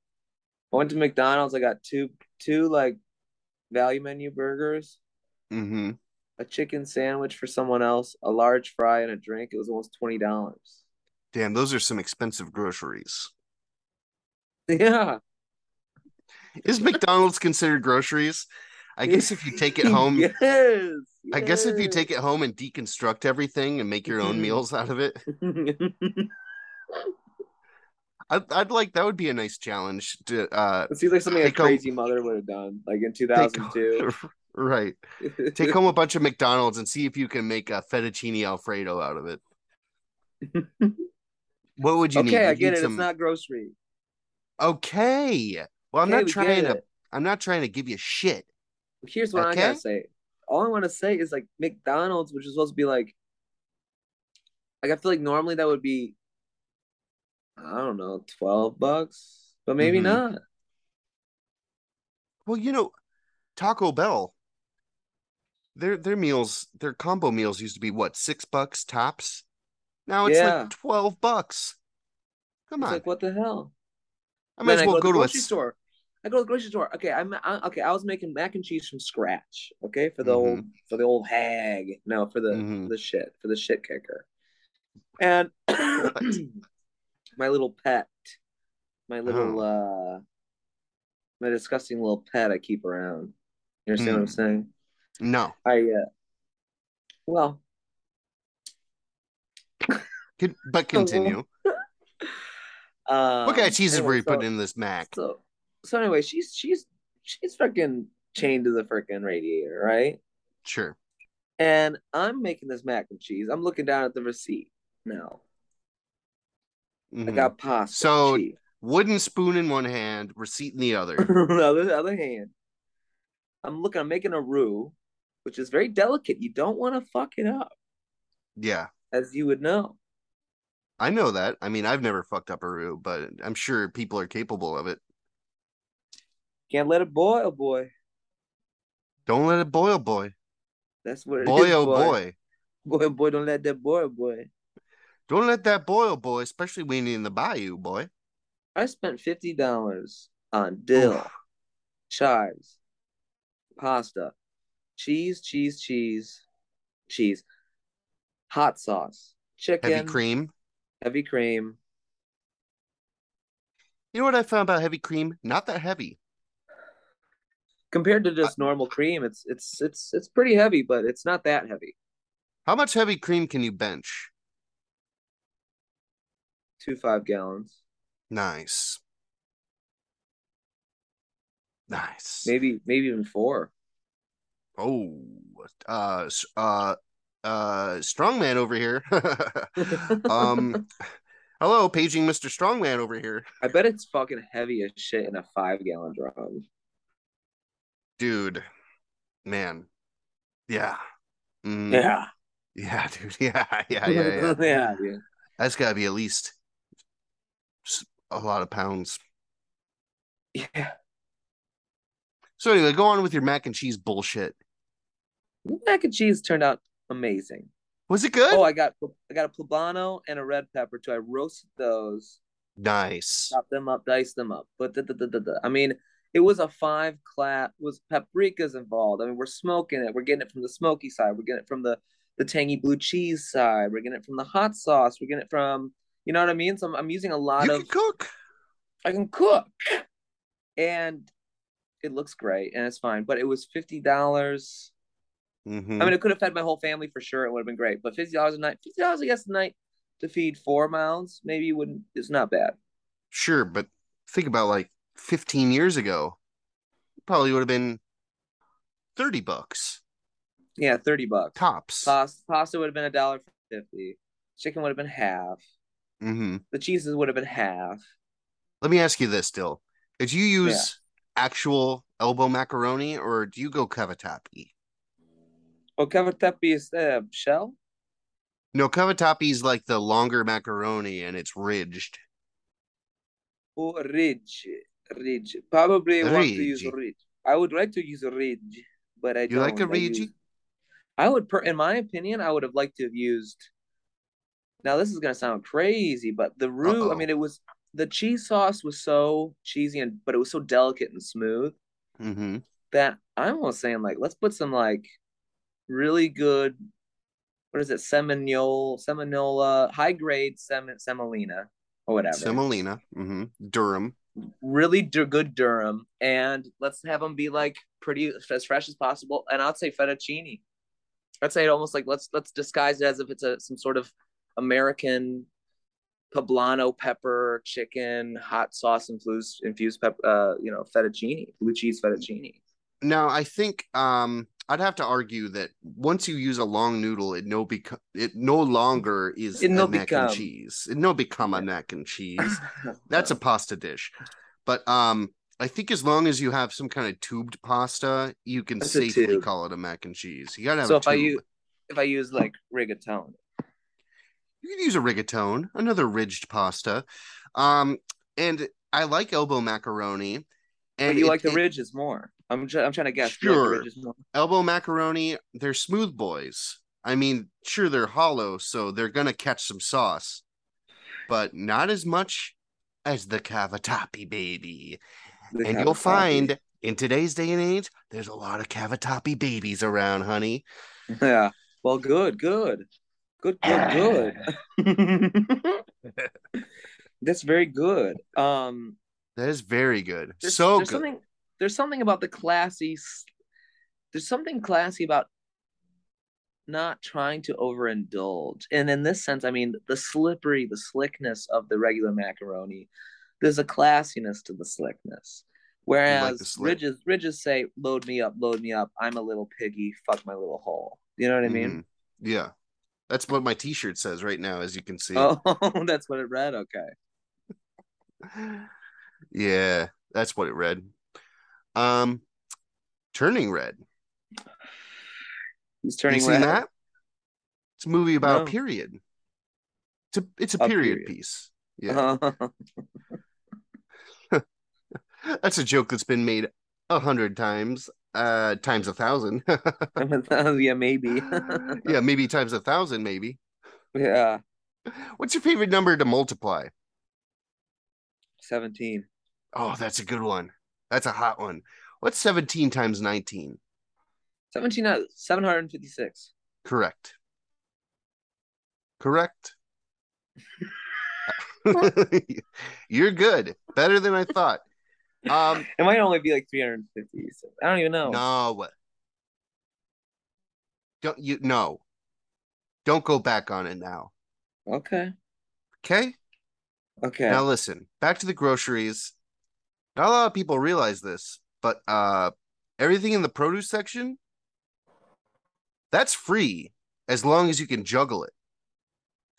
[SPEAKER 2] I went to McDonald's. I got two two like value menu burgers,
[SPEAKER 1] Mm-hmm.
[SPEAKER 2] a chicken sandwich for someone else, a large fry, and a drink. It was almost twenty dollars.
[SPEAKER 1] Damn, those are some expensive groceries.
[SPEAKER 2] Yeah,
[SPEAKER 1] Is McDonald's considered groceries? I guess if you take it home,
[SPEAKER 2] yes,
[SPEAKER 1] I guess if you take it home and deconstruct everything and make your own
[SPEAKER 2] Mhm.
[SPEAKER 1] meals out of it,
[SPEAKER 2] it,
[SPEAKER 1] I'd, I'd like that would be a nice challenge to uh
[SPEAKER 2] it seems like something a
[SPEAKER 1] Take home-
[SPEAKER 2] crazy mother would have done, like in two
[SPEAKER 1] take
[SPEAKER 2] thousand two.
[SPEAKER 1] right. Take home a bunch of McDonald's and see if you can make a fettuccine alfredo out of it. What would you need?
[SPEAKER 2] okay, I
[SPEAKER 1] You'd
[SPEAKER 2] get
[SPEAKER 1] need
[SPEAKER 2] it.
[SPEAKER 1] some-
[SPEAKER 2] It's not grocery.
[SPEAKER 1] okay. Well, I'm
[SPEAKER 2] Okay,
[SPEAKER 1] not
[SPEAKER 2] we get
[SPEAKER 1] trying to.
[SPEAKER 2] it.
[SPEAKER 1] I'm not trying to give you shit.
[SPEAKER 2] Here's what
[SPEAKER 1] Okay?
[SPEAKER 2] I gotta say. All I want to say is like McDonald's, which is supposed to be like, like I feel like normally that would be, I don't know, twelve bucks, but maybe
[SPEAKER 1] Mhm.
[SPEAKER 2] not.
[SPEAKER 1] Well, you know, Taco Bell. Their their meals, their combo meals used to be what six bucks tops. Now it's
[SPEAKER 2] Yeah.
[SPEAKER 1] like twelve bucks. Come
[SPEAKER 2] It's
[SPEAKER 1] on,
[SPEAKER 2] like what the hell?
[SPEAKER 1] I might
[SPEAKER 2] Then
[SPEAKER 1] as well
[SPEAKER 2] to
[SPEAKER 1] go
[SPEAKER 2] the
[SPEAKER 1] to a
[SPEAKER 2] grocery
[SPEAKER 1] s-
[SPEAKER 2] store. I go to the grocery store. Okay, I'm I, okay. I was making mac and cheese from scratch. Okay, for the
[SPEAKER 1] Mhm.
[SPEAKER 2] old for the old hag. No, for the
[SPEAKER 1] Mhm.
[SPEAKER 2] for the shit for the shit kicker. And my little pet, my little
[SPEAKER 1] Oh.
[SPEAKER 2] uh, my disgusting little pet I keep around. You understand what I'm
[SPEAKER 1] Mm.
[SPEAKER 2] saying?
[SPEAKER 1] No,
[SPEAKER 2] I uh, well,
[SPEAKER 1] Con- but continue.
[SPEAKER 2] uh,
[SPEAKER 1] What kind of cheeses were
[SPEAKER 2] anyway,
[SPEAKER 1] you
[SPEAKER 2] so-
[SPEAKER 1] putting in this mac?
[SPEAKER 2] So, so anyway, she's she's she's freaking chained to the freaking radiator, right?
[SPEAKER 1] Sure.
[SPEAKER 2] And I'm making this mac and cheese. I'm looking down at the receipt now. I
[SPEAKER 1] Mhm.
[SPEAKER 2] got pasta.
[SPEAKER 1] So-
[SPEAKER 2] cheese.
[SPEAKER 1] Wooden spoon in one hand, receipt in the other.
[SPEAKER 2] on the other, other hand, I'm looking. I'm making a roux, which is very delicate. You don't want to fuck it up,
[SPEAKER 1] yeah,
[SPEAKER 2] as you would know.
[SPEAKER 1] I know that. I mean, I've never fucked up a roux, but I'm sure people are capable of it.
[SPEAKER 2] Can't let it boil, boy.
[SPEAKER 1] Don't let it boil, boy.
[SPEAKER 2] That's what it is,
[SPEAKER 1] Boy, oh boy.
[SPEAKER 2] boy. Boy, boy, don't let that boil, boy.
[SPEAKER 1] Don't let that boil, boy, especially when you're in the bayou, boy.
[SPEAKER 2] I spent fifty dollars on dill.
[SPEAKER 1] Oof.
[SPEAKER 2] chives, pasta, cheese, cheese, cheese, cheese, hot sauce, chicken,
[SPEAKER 1] Heavy cream.
[SPEAKER 2] heavy cream.
[SPEAKER 1] You know what I found about heavy cream? Not that heavy.
[SPEAKER 2] Compared to just normal cream, it's it's it's it's pretty heavy, but it's not that heavy.
[SPEAKER 1] How much heavy cream can you bench?
[SPEAKER 2] Two five gallons,
[SPEAKER 1] Nice. Nice.
[SPEAKER 2] maybe maybe even four.
[SPEAKER 1] Oh, uh, s- uh, uh, strongman over here. um, hello, paging Mr. Strongman over here,
[SPEAKER 2] I bet it's fucking heavy as shit in a five gallon drum.
[SPEAKER 1] dude. Man, yeah, Mm,
[SPEAKER 2] Yeah,
[SPEAKER 1] yeah, dude, yeah, yeah, yeah, yeah.
[SPEAKER 2] yeah, dude.
[SPEAKER 1] That's gotta be at least s- a lot of pounds.
[SPEAKER 2] yeah.
[SPEAKER 1] So anyway, go on with your mac and cheese bullshit.
[SPEAKER 2] Mac and cheese turned out amazing.
[SPEAKER 1] Was it good?
[SPEAKER 2] Oh, I got I got a poblano and a red pepper too. I roasted those.
[SPEAKER 1] nice.
[SPEAKER 2] chop them up, dice them up. But da, da, da, da, da. I mean, it was a five clap. It was paprika's involved. I mean, we're smoking it. We're getting it from the smoky side. We're getting it from the the tangy blue cheese side. We're getting it from the hot sauce. We're getting it from you know what I mean. So I'm, I'm using a lot
[SPEAKER 1] You
[SPEAKER 2] of
[SPEAKER 1] can cook.
[SPEAKER 2] I can cook, and it looks great and it's fine. But it was fifty dollars.
[SPEAKER 1] Mhm.
[SPEAKER 2] I mean, it could have fed my whole family for sure. It would have been great. But fifty dollars a night, fifty dollars I guess a night to feed four mouths maybe wouldn't. It's not bad.
[SPEAKER 1] Sure, but think about like 15 years ago, it probably would have been 30 bucks.
[SPEAKER 2] yeah, thirty bucks.
[SPEAKER 1] Tops.
[SPEAKER 2] Pasta, pasta would have been a dollar fifty. Chicken would have been half.
[SPEAKER 1] hmm
[SPEAKER 2] The cheeses would have been half.
[SPEAKER 1] Let me ask you this, Dill. Did you use actual elbow macaroni or do you go cavatappi?
[SPEAKER 2] Oh, cavatappi is the shell.
[SPEAKER 1] No, cavatappi is like the longer macaroni and it's ridged.
[SPEAKER 2] Oh, ridge, ridge. Probably want to use
[SPEAKER 1] Ridge.
[SPEAKER 2] ridge. I would like to use a ridge, but I
[SPEAKER 1] You
[SPEAKER 2] don't.
[SPEAKER 1] like a
[SPEAKER 2] I use-
[SPEAKER 1] ridge?
[SPEAKER 2] I would, per- in my opinion, I would have liked to have used. Now this is gonna sound crazy, but the roux.
[SPEAKER 1] Uh-oh.
[SPEAKER 2] I mean, it was the cheese sauce was so cheesy and, but it was so delicate and smooth
[SPEAKER 1] hmm
[SPEAKER 2] that I'm almost saying like, let's put some like, really good. What is it? Seminole, Seminola, high grade sem- semolina or whatever.
[SPEAKER 1] Semolina. hmm Durham.
[SPEAKER 2] really d- good Durham, and let's have them be like pretty as fresh as possible. And I'd say fettuccine. I'd say it almost like let's let's disguise it as if it's a some sort of American poblano pepper chicken hot sauce infused infused pep, uh you know fettuccine blue cheese fettuccine.
[SPEAKER 1] Now, I think um, I'd have to argue that once you use a long noodle, it no beco- it no longer is
[SPEAKER 2] It
[SPEAKER 1] a
[SPEAKER 2] no
[SPEAKER 1] mac and
[SPEAKER 2] become.
[SPEAKER 1] cheese. It no become a
[SPEAKER 2] Yeah.
[SPEAKER 1] mac and cheese. That's a pasta dish, but um, I think as long as you have some kind of tubed pasta, you can
[SPEAKER 2] That's a
[SPEAKER 1] safely
[SPEAKER 2] tube.
[SPEAKER 1] call it a mac and cheese. You gotta have
[SPEAKER 2] so
[SPEAKER 1] a
[SPEAKER 2] if I
[SPEAKER 1] tube.
[SPEAKER 2] use if I use like rigatoni.
[SPEAKER 1] You could use a rigatone, another ridged pasta. Um, and I like elbow macaroni.
[SPEAKER 2] But
[SPEAKER 1] And
[SPEAKER 2] you
[SPEAKER 1] it-
[SPEAKER 2] like the
[SPEAKER 1] it-
[SPEAKER 2] ridges more. I'm try- I'm trying to guess. You like the
[SPEAKER 1] Sure.
[SPEAKER 2] ridges more?
[SPEAKER 1] elbow macaroni, they're smooth boys. I mean, sure, they're hollow, so they're gonna catch some sauce, but not as much as the cavatappi, baby.
[SPEAKER 2] The
[SPEAKER 1] and you'll
[SPEAKER 2] cavatappi.
[SPEAKER 1] find in today's day and age, there's a lot of cavatappi babies around, honey.
[SPEAKER 2] Yeah. Well, good, good, good, good, good. That's very good. Um,
[SPEAKER 1] That is very good.
[SPEAKER 2] there's,
[SPEAKER 1] so
[SPEAKER 2] there's
[SPEAKER 1] good.
[SPEAKER 2] something there's something about the classy. s- There's something classy about not trying to overindulge, and in this sense, I mean the slippery, the slickness of the regular macaroni. There's a classiness to the slickness. Whereas
[SPEAKER 1] slick.
[SPEAKER 2] ridges, ridges say, "Load me up, load me up. I'm a little piggy. Fuck my little hole." You know what I mean?
[SPEAKER 1] Mhm. Yeah. That's what my t shirt says right now, as you can see.
[SPEAKER 2] Oh, that's what it read. Okay.
[SPEAKER 1] Yeah, that's what it read. Um, Turning Red.
[SPEAKER 2] He's
[SPEAKER 1] Have
[SPEAKER 2] turning
[SPEAKER 1] you
[SPEAKER 2] red.
[SPEAKER 1] seen that? It's a movie about
[SPEAKER 2] No.
[SPEAKER 1] a period. It's a it's a,
[SPEAKER 2] A
[SPEAKER 1] period,
[SPEAKER 2] period.
[SPEAKER 1] piece. Yeah, that's a joke that's been made a hundred times, uh, times a thousand.
[SPEAKER 2] yeah, maybe.
[SPEAKER 1] yeah, maybe times a thousand. Maybe.
[SPEAKER 2] yeah.
[SPEAKER 1] What's your favorite number to multiply?
[SPEAKER 2] 17.
[SPEAKER 1] Oh, that's a good one. That's a hot one. What's seventeen times nineteen?
[SPEAKER 2] 17 out of 756.
[SPEAKER 1] Correct. Correct. You're good. Better than I thought. Um,
[SPEAKER 2] It might only be like 350. So I don't even know.
[SPEAKER 1] no. Don't you no. Don't go back on it now.
[SPEAKER 2] Okay.
[SPEAKER 1] Okay?
[SPEAKER 2] Okay.
[SPEAKER 1] Now listen, back to the groceries. Not a lot of people realize this, but uh everything in the produce section that's free as long as you can juggle it.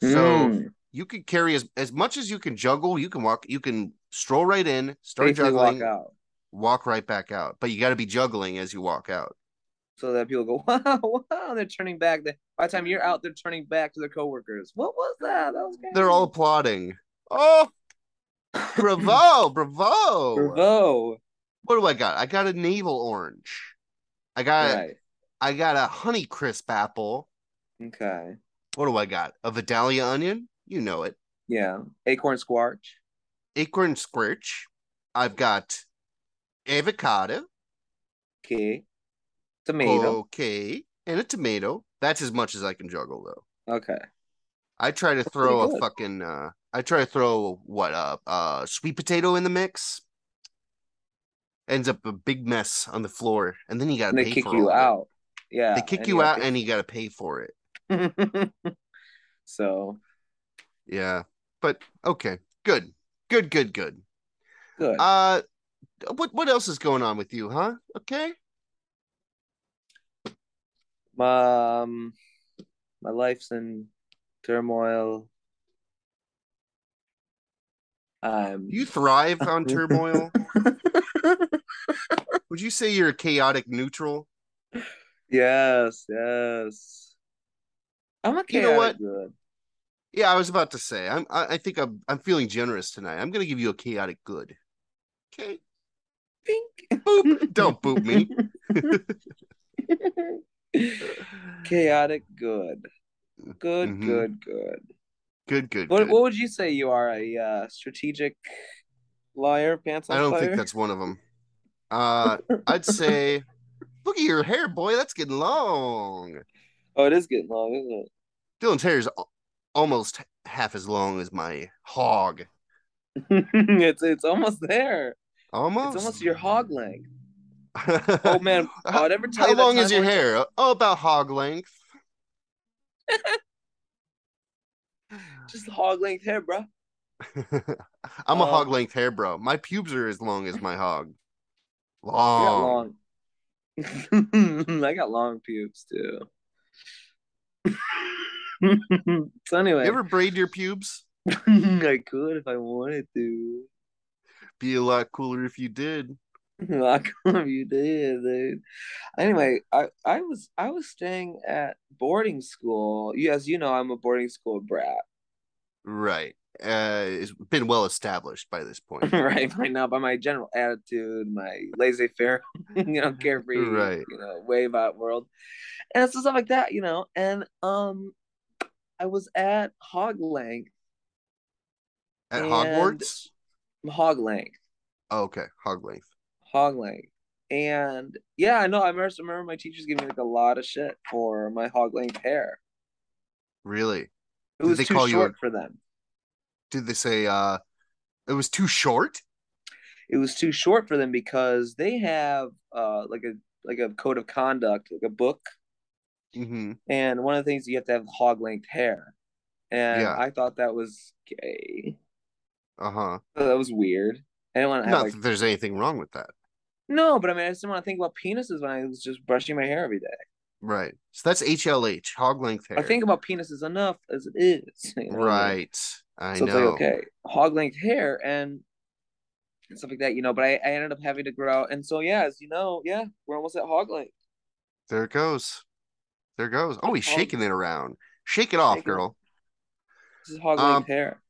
[SPEAKER 1] So
[SPEAKER 2] Mm,
[SPEAKER 1] you can carry as as much as you can juggle. You can walk. You can stroll right in, start
[SPEAKER 2] safely
[SPEAKER 1] juggling,
[SPEAKER 2] walk
[SPEAKER 1] walk,
[SPEAKER 2] out
[SPEAKER 1] right back out. But you got to be juggling as you walk out.
[SPEAKER 2] so that people go, wow, wow. They're turning back. They- By the time you're out, they're turning back to their coworkers. What was that? That was great.
[SPEAKER 1] They're all applauding. Oh, bravo, bravo!
[SPEAKER 2] Bravo.
[SPEAKER 1] What do I got? I got a navel orange. I got
[SPEAKER 2] right.
[SPEAKER 1] I got a honey crisp apple.
[SPEAKER 2] Okay.
[SPEAKER 1] What do I got? A Vidalia onion. You know it.
[SPEAKER 2] Yeah. Acorn squarch.
[SPEAKER 1] Acorn squirch. I've got avocado.
[SPEAKER 2] Okay. Tomato.
[SPEAKER 1] Okay, and a tomato. That's as much as I can juggle though.
[SPEAKER 2] Okay.
[SPEAKER 1] I try to
[SPEAKER 2] pretty
[SPEAKER 1] throw a
[SPEAKER 2] good.
[SPEAKER 1] fucking uh I try to throw what uh uh sweet potato in the mix. Ends up a big mess on the floor, and then you gotta
[SPEAKER 2] And they
[SPEAKER 1] pay
[SPEAKER 2] kick
[SPEAKER 1] for all
[SPEAKER 2] you
[SPEAKER 1] of it.
[SPEAKER 2] out. Yeah.
[SPEAKER 1] They kick
[SPEAKER 2] and
[SPEAKER 1] you out
[SPEAKER 2] have
[SPEAKER 1] and you gotta pay for it.
[SPEAKER 2] to- so
[SPEAKER 1] Yeah. But okay. Good. Good, good, good.
[SPEAKER 2] good.
[SPEAKER 1] Uh what what else is going on with you, huh? Okay.
[SPEAKER 2] my um, my life's in turmoil. Um,
[SPEAKER 1] You thrive on turmoil. Would you say you're a chaotic neutral?
[SPEAKER 2] yes, yes. I'm a
[SPEAKER 1] You know what?
[SPEAKER 2] chaotic good.
[SPEAKER 1] Yeah, I was about to say. I'm. I, I think I'm. I'm feeling generous tonight. I'm gonna give you a chaotic good. Okay.
[SPEAKER 2] Pink.
[SPEAKER 1] Boop. Don't boop me.
[SPEAKER 2] chaotic good. Good,
[SPEAKER 1] Mhm.
[SPEAKER 2] good, good.
[SPEAKER 1] Good. Good.
[SPEAKER 2] What
[SPEAKER 1] good.
[SPEAKER 2] what would you say you are a uh, strategic liar, pants on
[SPEAKER 1] I don't
[SPEAKER 2] fire?
[SPEAKER 1] think that's one of them. Uh, I'd say, look at your hair, boy. That's getting long.
[SPEAKER 2] Oh, it is getting long, isn't it?
[SPEAKER 1] Dylan's hair is al- almost half as long as my hog.
[SPEAKER 2] it's it's almost there.
[SPEAKER 1] Almost.
[SPEAKER 2] It's almost your hog length. Oh
[SPEAKER 1] oh
[SPEAKER 2] man,
[SPEAKER 1] How-
[SPEAKER 2] I'd ever tell
[SPEAKER 1] How
[SPEAKER 2] you that
[SPEAKER 1] long is your
[SPEAKER 2] time I went
[SPEAKER 1] hair? Oh, about hog length.
[SPEAKER 2] to- Just hog length hair, bro.
[SPEAKER 1] I'm a
[SPEAKER 2] Um,
[SPEAKER 1] hog length hair, bro. My pubes are as long as my hog.
[SPEAKER 2] I got
[SPEAKER 1] Long.
[SPEAKER 2] long. I got long pubes too. so
[SPEAKER 1] You
[SPEAKER 2] anyway,
[SPEAKER 1] ever braid your pubes?
[SPEAKER 2] I could if I wanted to.
[SPEAKER 1] Be a lot cooler if you did.
[SPEAKER 2] How come you did, dude? Anyway, I, I was I was staying at boarding school. You, as you know, I'm a boarding school brat.
[SPEAKER 1] Right. Uh, it's been well established by this point.
[SPEAKER 2] right by now by my general attitude, my laissez-faire, you know, carefree,
[SPEAKER 1] Right.
[SPEAKER 2] you know, way about world, and so stuff like that, you know. And um, I was at Hog Length,
[SPEAKER 1] At
[SPEAKER 2] And-
[SPEAKER 1] Hogwarts?
[SPEAKER 2] Hog Length,
[SPEAKER 1] Oh, okay. Hog length.
[SPEAKER 2] Hog Length, and yeah, I know. I remember, remember my teachers giving me like a lot of shit for my Hog Length hair.
[SPEAKER 1] Really?
[SPEAKER 2] It
[SPEAKER 1] Did
[SPEAKER 2] was
[SPEAKER 1] they
[SPEAKER 2] too
[SPEAKER 1] call you a-
[SPEAKER 2] short for them.
[SPEAKER 1] Did they say uh it was too short?
[SPEAKER 2] It was too short for them because they have uh like a like a code of conduct, like a book
[SPEAKER 1] Mm-hmm.
[SPEAKER 2] and one of the things you have to have hog length hair and
[SPEAKER 1] Yeah.
[SPEAKER 2] i thought that was gay
[SPEAKER 1] Uh-huh.
[SPEAKER 2] I thought that was weird i didn't want to have
[SPEAKER 1] Not
[SPEAKER 2] like
[SPEAKER 1] that there's anything wrong with that.
[SPEAKER 2] no but i mean i just didn't want to think about penises when i was just brushing my hair every day
[SPEAKER 1] Right. So that's HLH, hog length hair.
[SPEAKER 2] i think about penises enough as it is you know what I mean?
[SPEAKER 1] Right. I know.
[SPEAKER 2] so it's like okay hog length hair and and stuff like that you know but I, I ended up having to grow and so yeah as you know yeah we're almost at hog length
[SPEAKER 1] There it goes. There it goes. Oh, he's
[SPEAKER 2] Hog-
[SPEAKER 1] shaking it around. Shake it off,
[SPEAKER 2] Shaking it.
[SPEAKER 1] girl.
[SPEAKER 2] this is hog length
[SPEAKER 1] Um,
[SPEAKER 2] hair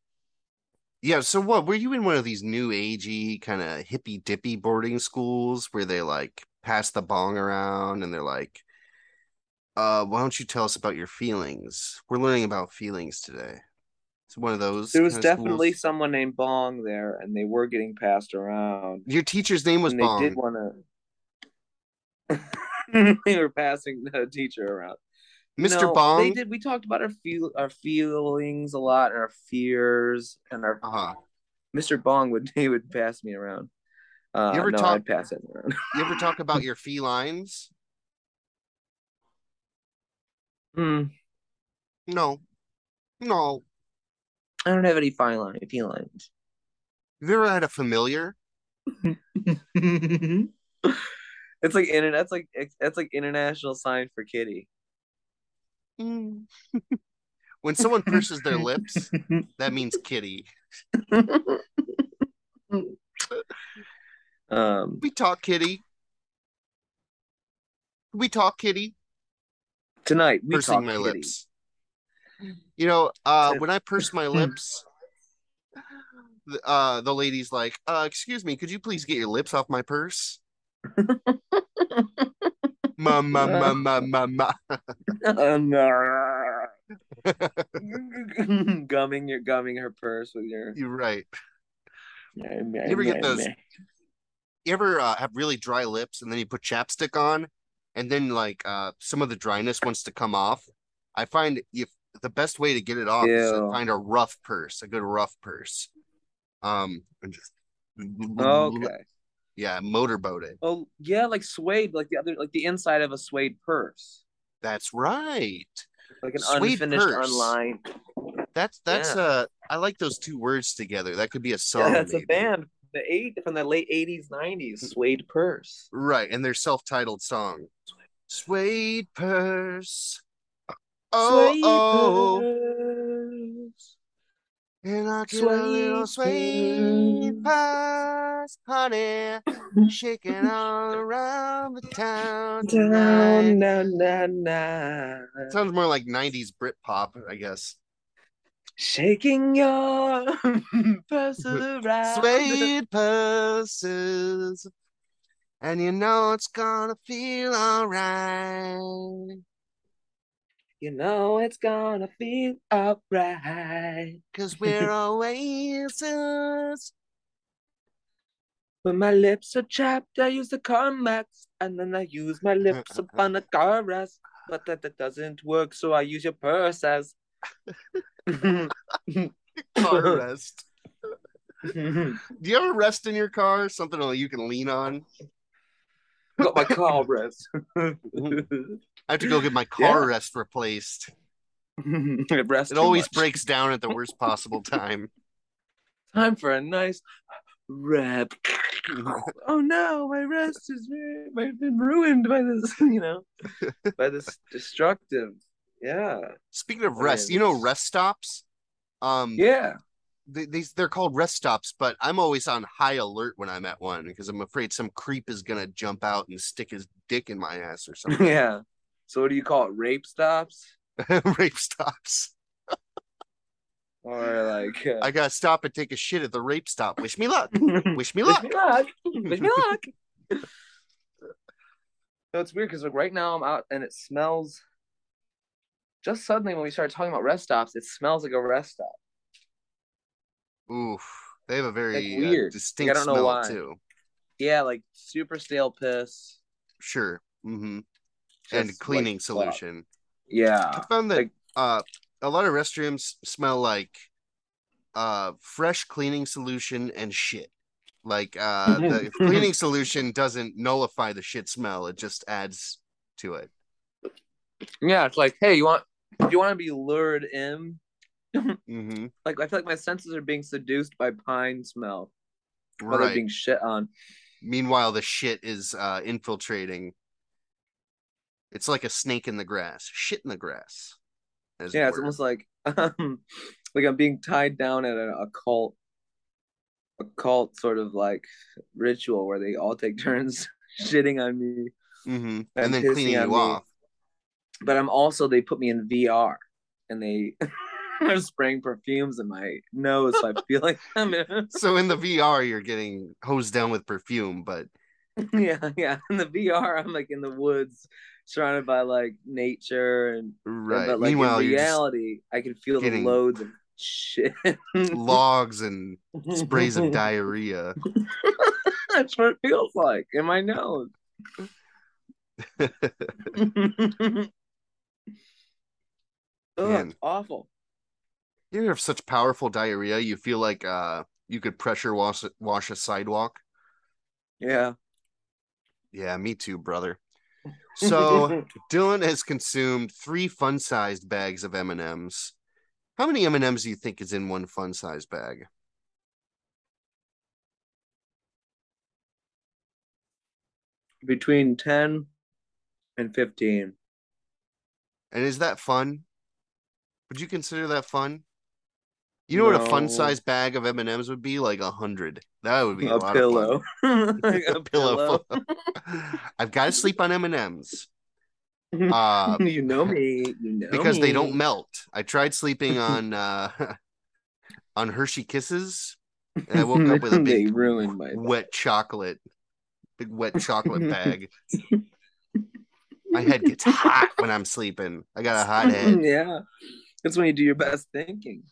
[SPEAKER 1] Yeah, so what were you in one of these new agey kind of hippy dippy boarding schools where they like pass the bong around and they're like, uh, why don't you tell us about your feelings? We're learning about feelings today. It's one of those.
[SPEAKER 2] there was
[SPEAKER 1] kinda
[SPEAKER 2] definitely
[SPEAKER 1] schools.
[SPEAKER 2] someone named bong there and they were getting passed around
[SPEAKER 1] your teacher's name was
[SPEAKER 2] and they
[SPEAKER 1] Bong.
[SPEAKER 2] did want to. they were passing the teacher around. You
[SPEAKER 1] Mr.
[SPEAKER 2] know, They
[SPEAKER 1] Bong?
[SPEAKER 2] did. We talked about our feel our feelings a lot, our fears, and our
[SPEAKER 1] Uh-huh.
[SPEAKER 2] Mr. Bong would he would pass me around. Uh,
[SPEAKER 1] You ever
[SPEAKER 2] no,
[SPEAKER 1] talk-
[SPEAKER 2] I'd pass it around.
[SPEAKER 1] You ever talk about your felines?
[SPEAKER 2] Hmm,
[SPEAKER 1] No. No.
[SPEAKER 2] I don't have any fine line felines.
[SPEAKER 1] Have you ever had a familiar?
[SPEAKER 2] it's like internet. That's like that's like international sign for kitty.
[SPEAKER 1] Mm. when someone purses their lips, that means kitty.
[SPEAKER 2] um,
[SPEAKER 1] We talk kitty. We talk kitty.
[SPEAKER 2] tonight we
[SPEAKER 1] pursing
[SPEAKER 2] talk
[SPEAKER 1] my
[SPEAKER 2] kitty.
[SPEAKER 1] lips. You know, uh,
[SPEAKER 2] Said-
[SPEAKER 1] when I purse my lips, the, uh, the lady's like, uh, "Excuse me, could you please get your lips off my purse?" Ma ma ma
[SPEAKER 2] Uh.
[SPEAKER 1] ma ma ma.
[SPEAKER 2] Um, gumming your gumming her purse with your
[SPEAKER 1] You're right. ever get those- You ever uh, have really dry lips and then you put chapstick on, and then like uh, some of the dryness wants to come off? I find if the best way to get it off is to
[SPEAKER 2] Ew.
[SPEAKER 1] find a rough purse, a good rough purse. Um, and just
[SPEAKER 2] okay
[SPEAKER 1] yeah, motorboat it.
[SPEAKER 2] oh yeah like suede like the other like the inside of a suede purse
[SPEAKER 1] That's right.
[SPEAKER 2] like an
[SPEAKER 1] Suede
[SPEAKER 2] unfinished
[SPEAKER 1] purse.
[SPEAKER 2] unlined
[SPEAKER 1] That's that's
[SPEAKER 2] Yeah.
[SPEAKER 1] uh I like those two words together. That could be a song.
[SPEAKER 2] yeah, that's a
[SPEAKER 1] maybe.
[SPEAKER 2] band the eight from the late 80s 90s suede purse
[SPEAKER 1] Right, and their self-titled song. Suede purse. Oh, oh.
[SPEAKER 2] Sweepers.
[SPEAKER 1] And I get a little suede
[SPEAKER 2] Suede
[SPEAKER 1] purse, honey, shaking all around the town tonight.
[SPEAKER 2] Down, down, down, down.
[SPEAKER 1] Sounds more like 90s Brit pop, I guess.
[SPEAKER 2] Shaking your person around.
[SPEAKER 1] Suede purses. And you know it's gonna feel alright.
[SPEAKER 2] You know it's gonna feel alright.
[SPEAKER 1] Cause we're oasis.
[SPEAKER 2] When my lips are chapped, I use the Carmex, and then I use my lips upon a caress. But that, that doesn't work, so I use your purse as.
[SPEAKER 1] Car rest. Do you ever rest in your car? Something that you can lean on?
[SPEAKER 2] Got my car rest.
[SPEAKER 1] I have to go get my car rest replaced.
[SPEAKER 2] rest
[SPEAKER 1] It
[SPEAKER 2] too
[SPEAKER 1] always
[SPEAKER 2] much.
[SPEAKER 1] breaks down at the worst possible time.
[SPEAKER 2] Time for a nice rap. oh no, my rest is ru- I've been ruined by this, you know, by this destructive. Yeah,
[SPEAKER 1] Speaking of rest, you know rest stops? Um
[SPEAKER 2] yeah.
[SPEAKER 1] they, they they're called rest stops, but I'm always on high alert when I'm at one because I'm afraid some creep is gonna jump out and stick his dick in my ass or something.
[SPEAKER 2] Yeah. So what do you call it? Rape stops
[SPEAKER 1] Rape stops.
[SPEAKER 2] or like uh,
[SPEAKER 1] I gotta stop and take a shit at the rape stop. Wish me luck.
[SPEAKER 2] wish
[SPEAKER 1] Wish me luck.
[SPEAKER 2] me luck. Wish me luck. no, it's weird because like right now I'm out and it smells. Just suddenly when we started talking about rest stops, it smells like a rest stop.
[SPEAKER 1] Oof. They have a very
[SPEAKER 2] Like,
[SPEAKER 1] uh,
[SPEAKER 2] weird. Like, I
[SPEAKER 1] distinct
[SPEAKER 2] don't know
[SPEAKER 1] smell
[SPEAKER 2] why.
[SPEAKER 1] too.
[SPEAKER 2] Yeah, like super stale piss.
[SPEAKER 1] Sure. hmm And
[SPEAKER 2] just, like,
[SPEAKER 1] cleaning
[SPEAKER 2] fuck.
[SPEAKER 1] solution.
[SPEAKER 2] Yeah.
[SPEAKER 1] I found that
[SPEAKER 2] like-
[SPEAKER 1] uh a lot of restrooms smell like uh fresh cleaning solution and shit. Like uh
[SPEAKER 2] Mm-hmm.
[SPEAKER 1] the cleaning solution doesn't nullify the shit smell, it just adds to it.
[SPEAKER 2] Yeah, it's like, hey, you want you want to be lured in?
[SPEAKER 1] hmm
[SPEAKER 2] Like, I feel like my senses are being seduced by pine smell, or they're
[SPEAKER 1] Right.
[SPEAKER 2] being shit on.
[SPEAKER 1] Meanwhile, the shit is uh infiltrating. It's like a snake in the grass. Shit in the grass. as it
[SPEAKER 2] yeah, it's
[SPEAKER 1] were.
[SPEAKER 2] almost like um, like I'm being tied down at an occult, occult sort of like ritual where they all take turns shitting on me,
[SPEAKER 1] Mhm.
[SPEAKER 2] I'm
[SPEAKER 1] and then
[SPEAKER 2] pissing
[SPEAKER 1] cleaning
[SPEAKER 2] on
[SPEAKER 1] you
[SPEAKER 2] me.
[SPEAKER 1] off.
[SPEAKER 2] but I'm also they put me in VR and they are spraying perfumes in my nose, so I feel like I'm in,
[SPEAKER 1] So in the VR, you're getting hosed down with perfume, but
[SPEAKER 2] yeah, yeah. In the VR, I'm like in the woods, surrounded by like nature and
[SPEAKER 1] right.
[SPEAKER 2] But like
[SPEAKER 1] Meanwhile,
[SPEAKER 2] in
[SPEAKER 1] you're just
[SPEAKER 2] reality, I can feel
[SPEAKER 1] getting-
[SPEAKER 2] the loads of shit.
[SPEAKER 1] logs and sprays of diarrhea.
[SPEAKER 2] That's what it feels like in my nose. Ugh,
[SPEAKER 1] Man.
[SPEAKER 2] it's awful.
[SPEAKER 1] You have such powerful diarrhea, you feel like uh you could pressure wash wash a sidewalk.
[SPEAKER 2] Yeah.
[SPEAKER 1] Yeah, me too, brother. So Dylan has consumed three fun-sized bags of M and M's. How many M and M's do you think is in one fun-sized bag?
[SPEAKER 2] between ten and fifteen.
[SPEAKER 1] And is that fun? Would you consider that fun? You know what a
[SPEAKER 2] No.
[SPEAKER 1] fun-sized bag of M and M's would be? Like a hundred. That would be a,
[SPEAKER 2] A
[SPEAKER 1] lot of fun.
[SPEAKER 2] pillow. Like
[SPEAKER 1] a pillow. I've got to sleep on M and M's uh,
[SPEAKER 2] you know me. You know
[SPEAKER 1] because they don't
[SPEAKER 2] Mm-hmm. me.
[SPEAKER 1] melt. I tried sleeping on uh, on Hershey Kisses, and I woke up with a
[SPEAKER 2] they
[SPEAKER 1] big
[SPEAKER 2] ruined my
[SPEAKER 1] wet chocolate, big wet chocolate bag. My head gets hot when I'm sleeping. I got a hot head.
[SPEAKER 2] Yeah. That's when you do your best thinking.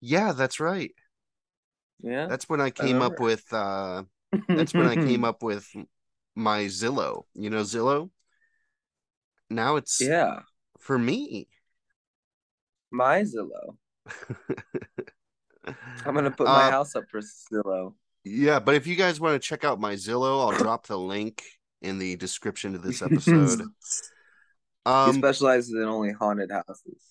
[SPEAKER 1] Yeah, that's right.
[SPEAKER 2] Yeah.
[SPEAKER 1] That's when I came up
[SPEAKER 2] remember.
[SPEAKER 1] with. Uh, that's when I
[SPEAKER 2] Mm-hmm.
[SPEAKER 1] came up with my Zillow. You know Zillow. Now it's
[SPEAKER 2] Yeah.
[SPEAKER 1] for me.
[SPEAKER 2] My Zillow. I'm gonna put my
[SPEAKER 1] Uh,
[SPEAKER 2] house up for Zillow.
[SPEAKER 1] Yeah, but if you guys want to check out my Zillow, I'll drop the link in the description to this episode.
[SPEAKER 2] he
[SPEAKER 1] Um,
[SPEAKER 2] specializes in only haunted houses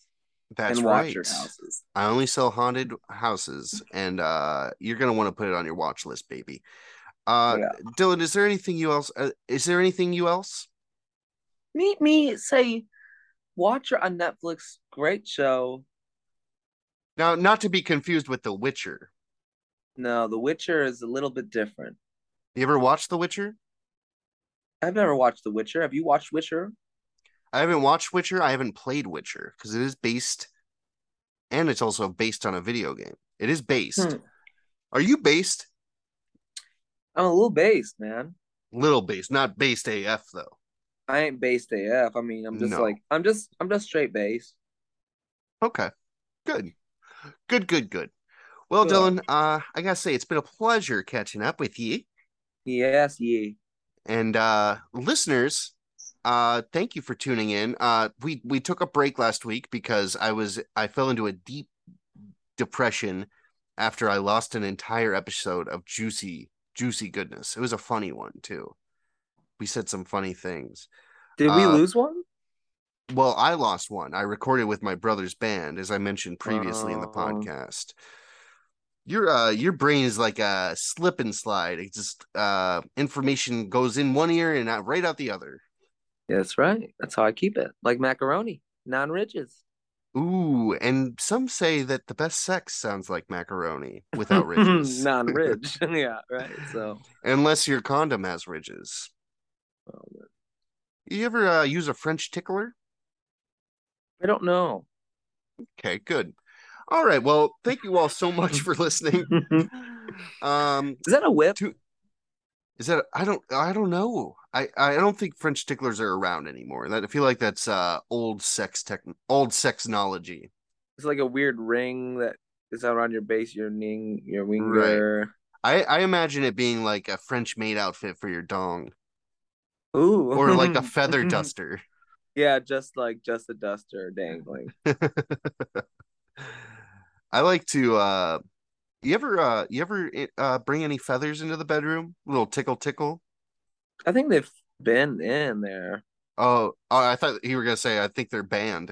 [SPEAKER 1] that's
[SPEAKER 2] and
[SPEAKER 1] right.
[SPEAKER 2] watcher houses.
[SPEAKER 1] I only sell haunted houses, and uh, you're gonna want to put it on your watch list, baby. Uh,
[SPEAKER 2] Yeah.
[SPEAKER 1] Dylan, is there anything you else? Uh, is there anything you else?
[SPEAKER 2] Meet me, say, watch her on Netflix. Great show.
[SPEAKER 1] Now, not to be confused with The Witcher.
[SPEAKER 2] No, The Witcher is a little bit different.
[SPEAKER 1] You ever watched The Witcher?
[SPEAKER 2] I've never watched The Witcher. Have you watched Witcher?
[SPEAKER 1] I haven't watched Witcher. I haven't played Witcher because it is based, and it's also based on a video game. It is based.
[SPEAKER 2] Hmm.
[SPEAKER 1] Are you based?
[SPEAKER 2] I'm a little based, man.
[SPEAKER 1] Little based, not based AF though.
[SPEAKER 2] I ain't based AF. I mean, I'm just
[SPEAKER 1] No.
[SPEAKER 2] like I'm just I'm just straight based.
[SPEAKER 1] Okay, good, good, good, good. Well,
[SPEAKER 2] Good.
[SPEAKER 1] Dylan, uh, I gotta say it's been a pleasure catching up with you.
[SPEAKER 2] Yes, yeah.
[SPEAKER 1] and uh listeners uh thank you for tuning in uh we we took a break last week because i was i fell into a deep depression after i lost an entire episode of juicy juicy goodness it was a funny one too we said some funny things
[SPEAKER 2] Did we
[SPEAKER 1] Uh,
[SPEAKER 2] lose one?
[SPEAKER 1] well i lost one i recorded with my brother's band as i mentioned previously in the
[SPEAKER 2] Oh.
[SPEAKER 1] podcast your uh your brain is like a slip and slide it just uh information goes in one ear and out right out the other
[SPEAKER 2] Yeah, that's right. That's how I keep it. Like macaroni, non ridges.
[SPEAKER 1] Ooh, and some say that the best sex sounds like macaroni without ridges.
[SPEAKER 2] non ridge. yeah, right. So
[SPEAKER 1] Unless your condom has ridges.
[SPEAKER 2] well,
[SPEAKER 1] You ever uh, use a French tickler?
[SPEAKER 2] I don't know.
[SPEAKER 1] Okay, good. All right. Well, thank you all so much for listening.
[SPEAKER 2] Is
[SPEAKER 1] Um,
[SPEAKER 2] that a whip?
[SPEAKER 1] is that I don't I don't know. I I don't think French ticklers are around anymore. That I feel like that's uh old sex tech old sexnology.
[SPEAKER 2] It's like a weird ring that is around your base, your ning, your
[SPEAKER 1] Right.
[SPEAKER 2] winger.
[SPEAKER 1] I I imagine it being like a French maid outfit for your dong
[SPEAKER 2] Ooh. Mm-hmm.
[SPEAKER 1] or like a feather duster.
[SPEAKER 2] Yeah, just like just a duster dangling.
[SPEAKER 1] I like to uh you ever uh you ever uh bring any feathers into the bedroom? little tickle tickle.
[SPEAKER 2] I think they've been in there.
[SPEAKER 1] Oh, oh I thought you were gonna say I think they're banned.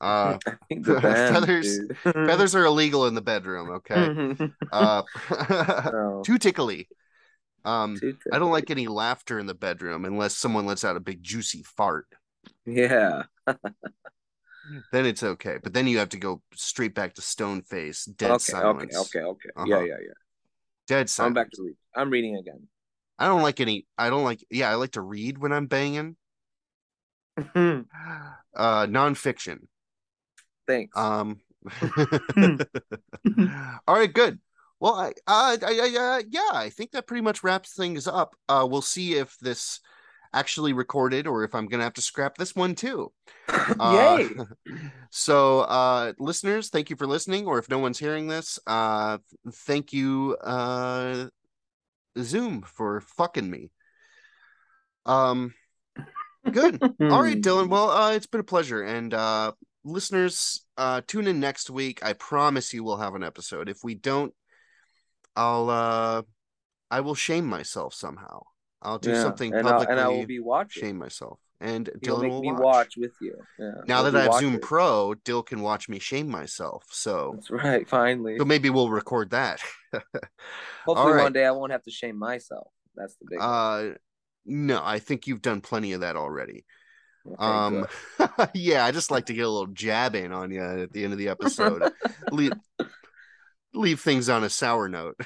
[SPEAKER 1] Uh
[SPEAKER 2] I think the band,
[SPEAKER 1] feathers-
[SPEAKER 2] dude. Mm-hmm.
[SPEAKER 1] feathers are illegal in the bedroom, okay? uh
[SPEAKER 2] No,
[SPEAKER 1] too tickly. Um
[SPEAKER 2] too
[SPEAKER 1] I don't like any laughter in the bedroom unless someone lets out a big juicy fart.
[SPEAKER 2] tickly. Yeah.
[SPEAKER 1] Then it's okay. But then you have to go straight back to stone face, dead
[SPEAKER 2] Okay,
[SPEAKER 1] silence.
[SPEAKER 2] okay. Okay. Okay.
[SPEAKER 1] Uh-huh.
[SPEAKER 2] Yeah. Yeah. Yeah.
[SPEAKER 1] Dead
[SPEAKER 2] I'm
[SPEAKER 1] silence.
[SPEAKER 2] back to read. I'm reading again.
[SPEAKER 1] I don't like any I don't like yeah, I like to read when I'm banging. Mm-hmm. uh nonfiction
[SPEAKER 2] Thanks.
[SPEAKER 1] um all right good well I, uh, I, I uh, yeah i think that pretty much wraps things up uh we'll see if this actually recorded or if i'm gonna have to scrap this one too uh,
[SPEAKER 2] Yay!
[SPEAKER 1] so uh listeners thank you for listening or if no one's hearing this uh thank you uh zoom for fucking me um good All right, Dylan. Well, uh, it's been a pleasure. And uh, listeners, uh, tune in next week. I promise you we'll have an episode. If we don't, I'll uh, I will shame myself somehow. I'll do
[SPEAKER 2] Yeah,
[SPEAKER 1] something
[SPEAKER 2] and I'll,
[SPEAKER 1] publicly.
[SPEAKER 2] and I will be watching.
[SPEAKER 1] shame myself. And
[SPEAKER 2] You'll
[SPEAKER 1] Dylan
[SPEAKER 2] make
[SPEAKER 1] will
[SPEAKER 2] me
[SPEAKER 1] watch.
[SPEAKER 2] watch. with you. Yeah.
[SPEAKER 1] Now
[SPEAKER 2] we'll
[SPEAKER 1] that I
[SPEAKER 2] be
[SPEAKER 1] have Zoom
[SPEAKER 2] watchers.
[SPEAKER 1] Pro, Dill can watch me shame myself. So,
[SPEAKER 2] That's right. Finally.
[SPEAKER 1] so maybe we'll record that.
[SPEAKER 2] Hopefully
[SPEAKER 1] right.
[SPEAKER 2] one day I won't have to shame myself. That's the big. one.
[SPEAKER 1] uh, no, I think you've done plenty of that already.
[SPEAKER 2] Okay,
[SPEAKER 1] Um,
[SPEAKER 2] good.
[SPEAKER 1] yeah, I just like to get a little jab in on you at the end of the episode. leave, leave things on a sour note.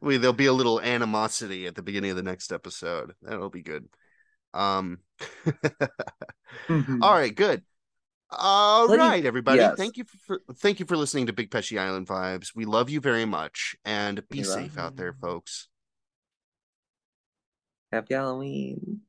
[SPEAKER 1] We, there'll be a little animosity at the beginning of the next episode. That'll be good. Um, all right, good. All
[SPEAKER 2] Please-
[SPEAKER 1] right, everybody.
[SPEAKER 2] Mm-hmm. yes.
[SPEAKER 1] Thank you for thank you for listening to Big Pesci Island Vibes. We love you very much, and be
[SPEAKER 2] We love
[SPEAKER 1] safe out there,
[SPEAKER 2] you.
[SPEAKER 1] folks.
[SPEAKER 2] Happy Halloween.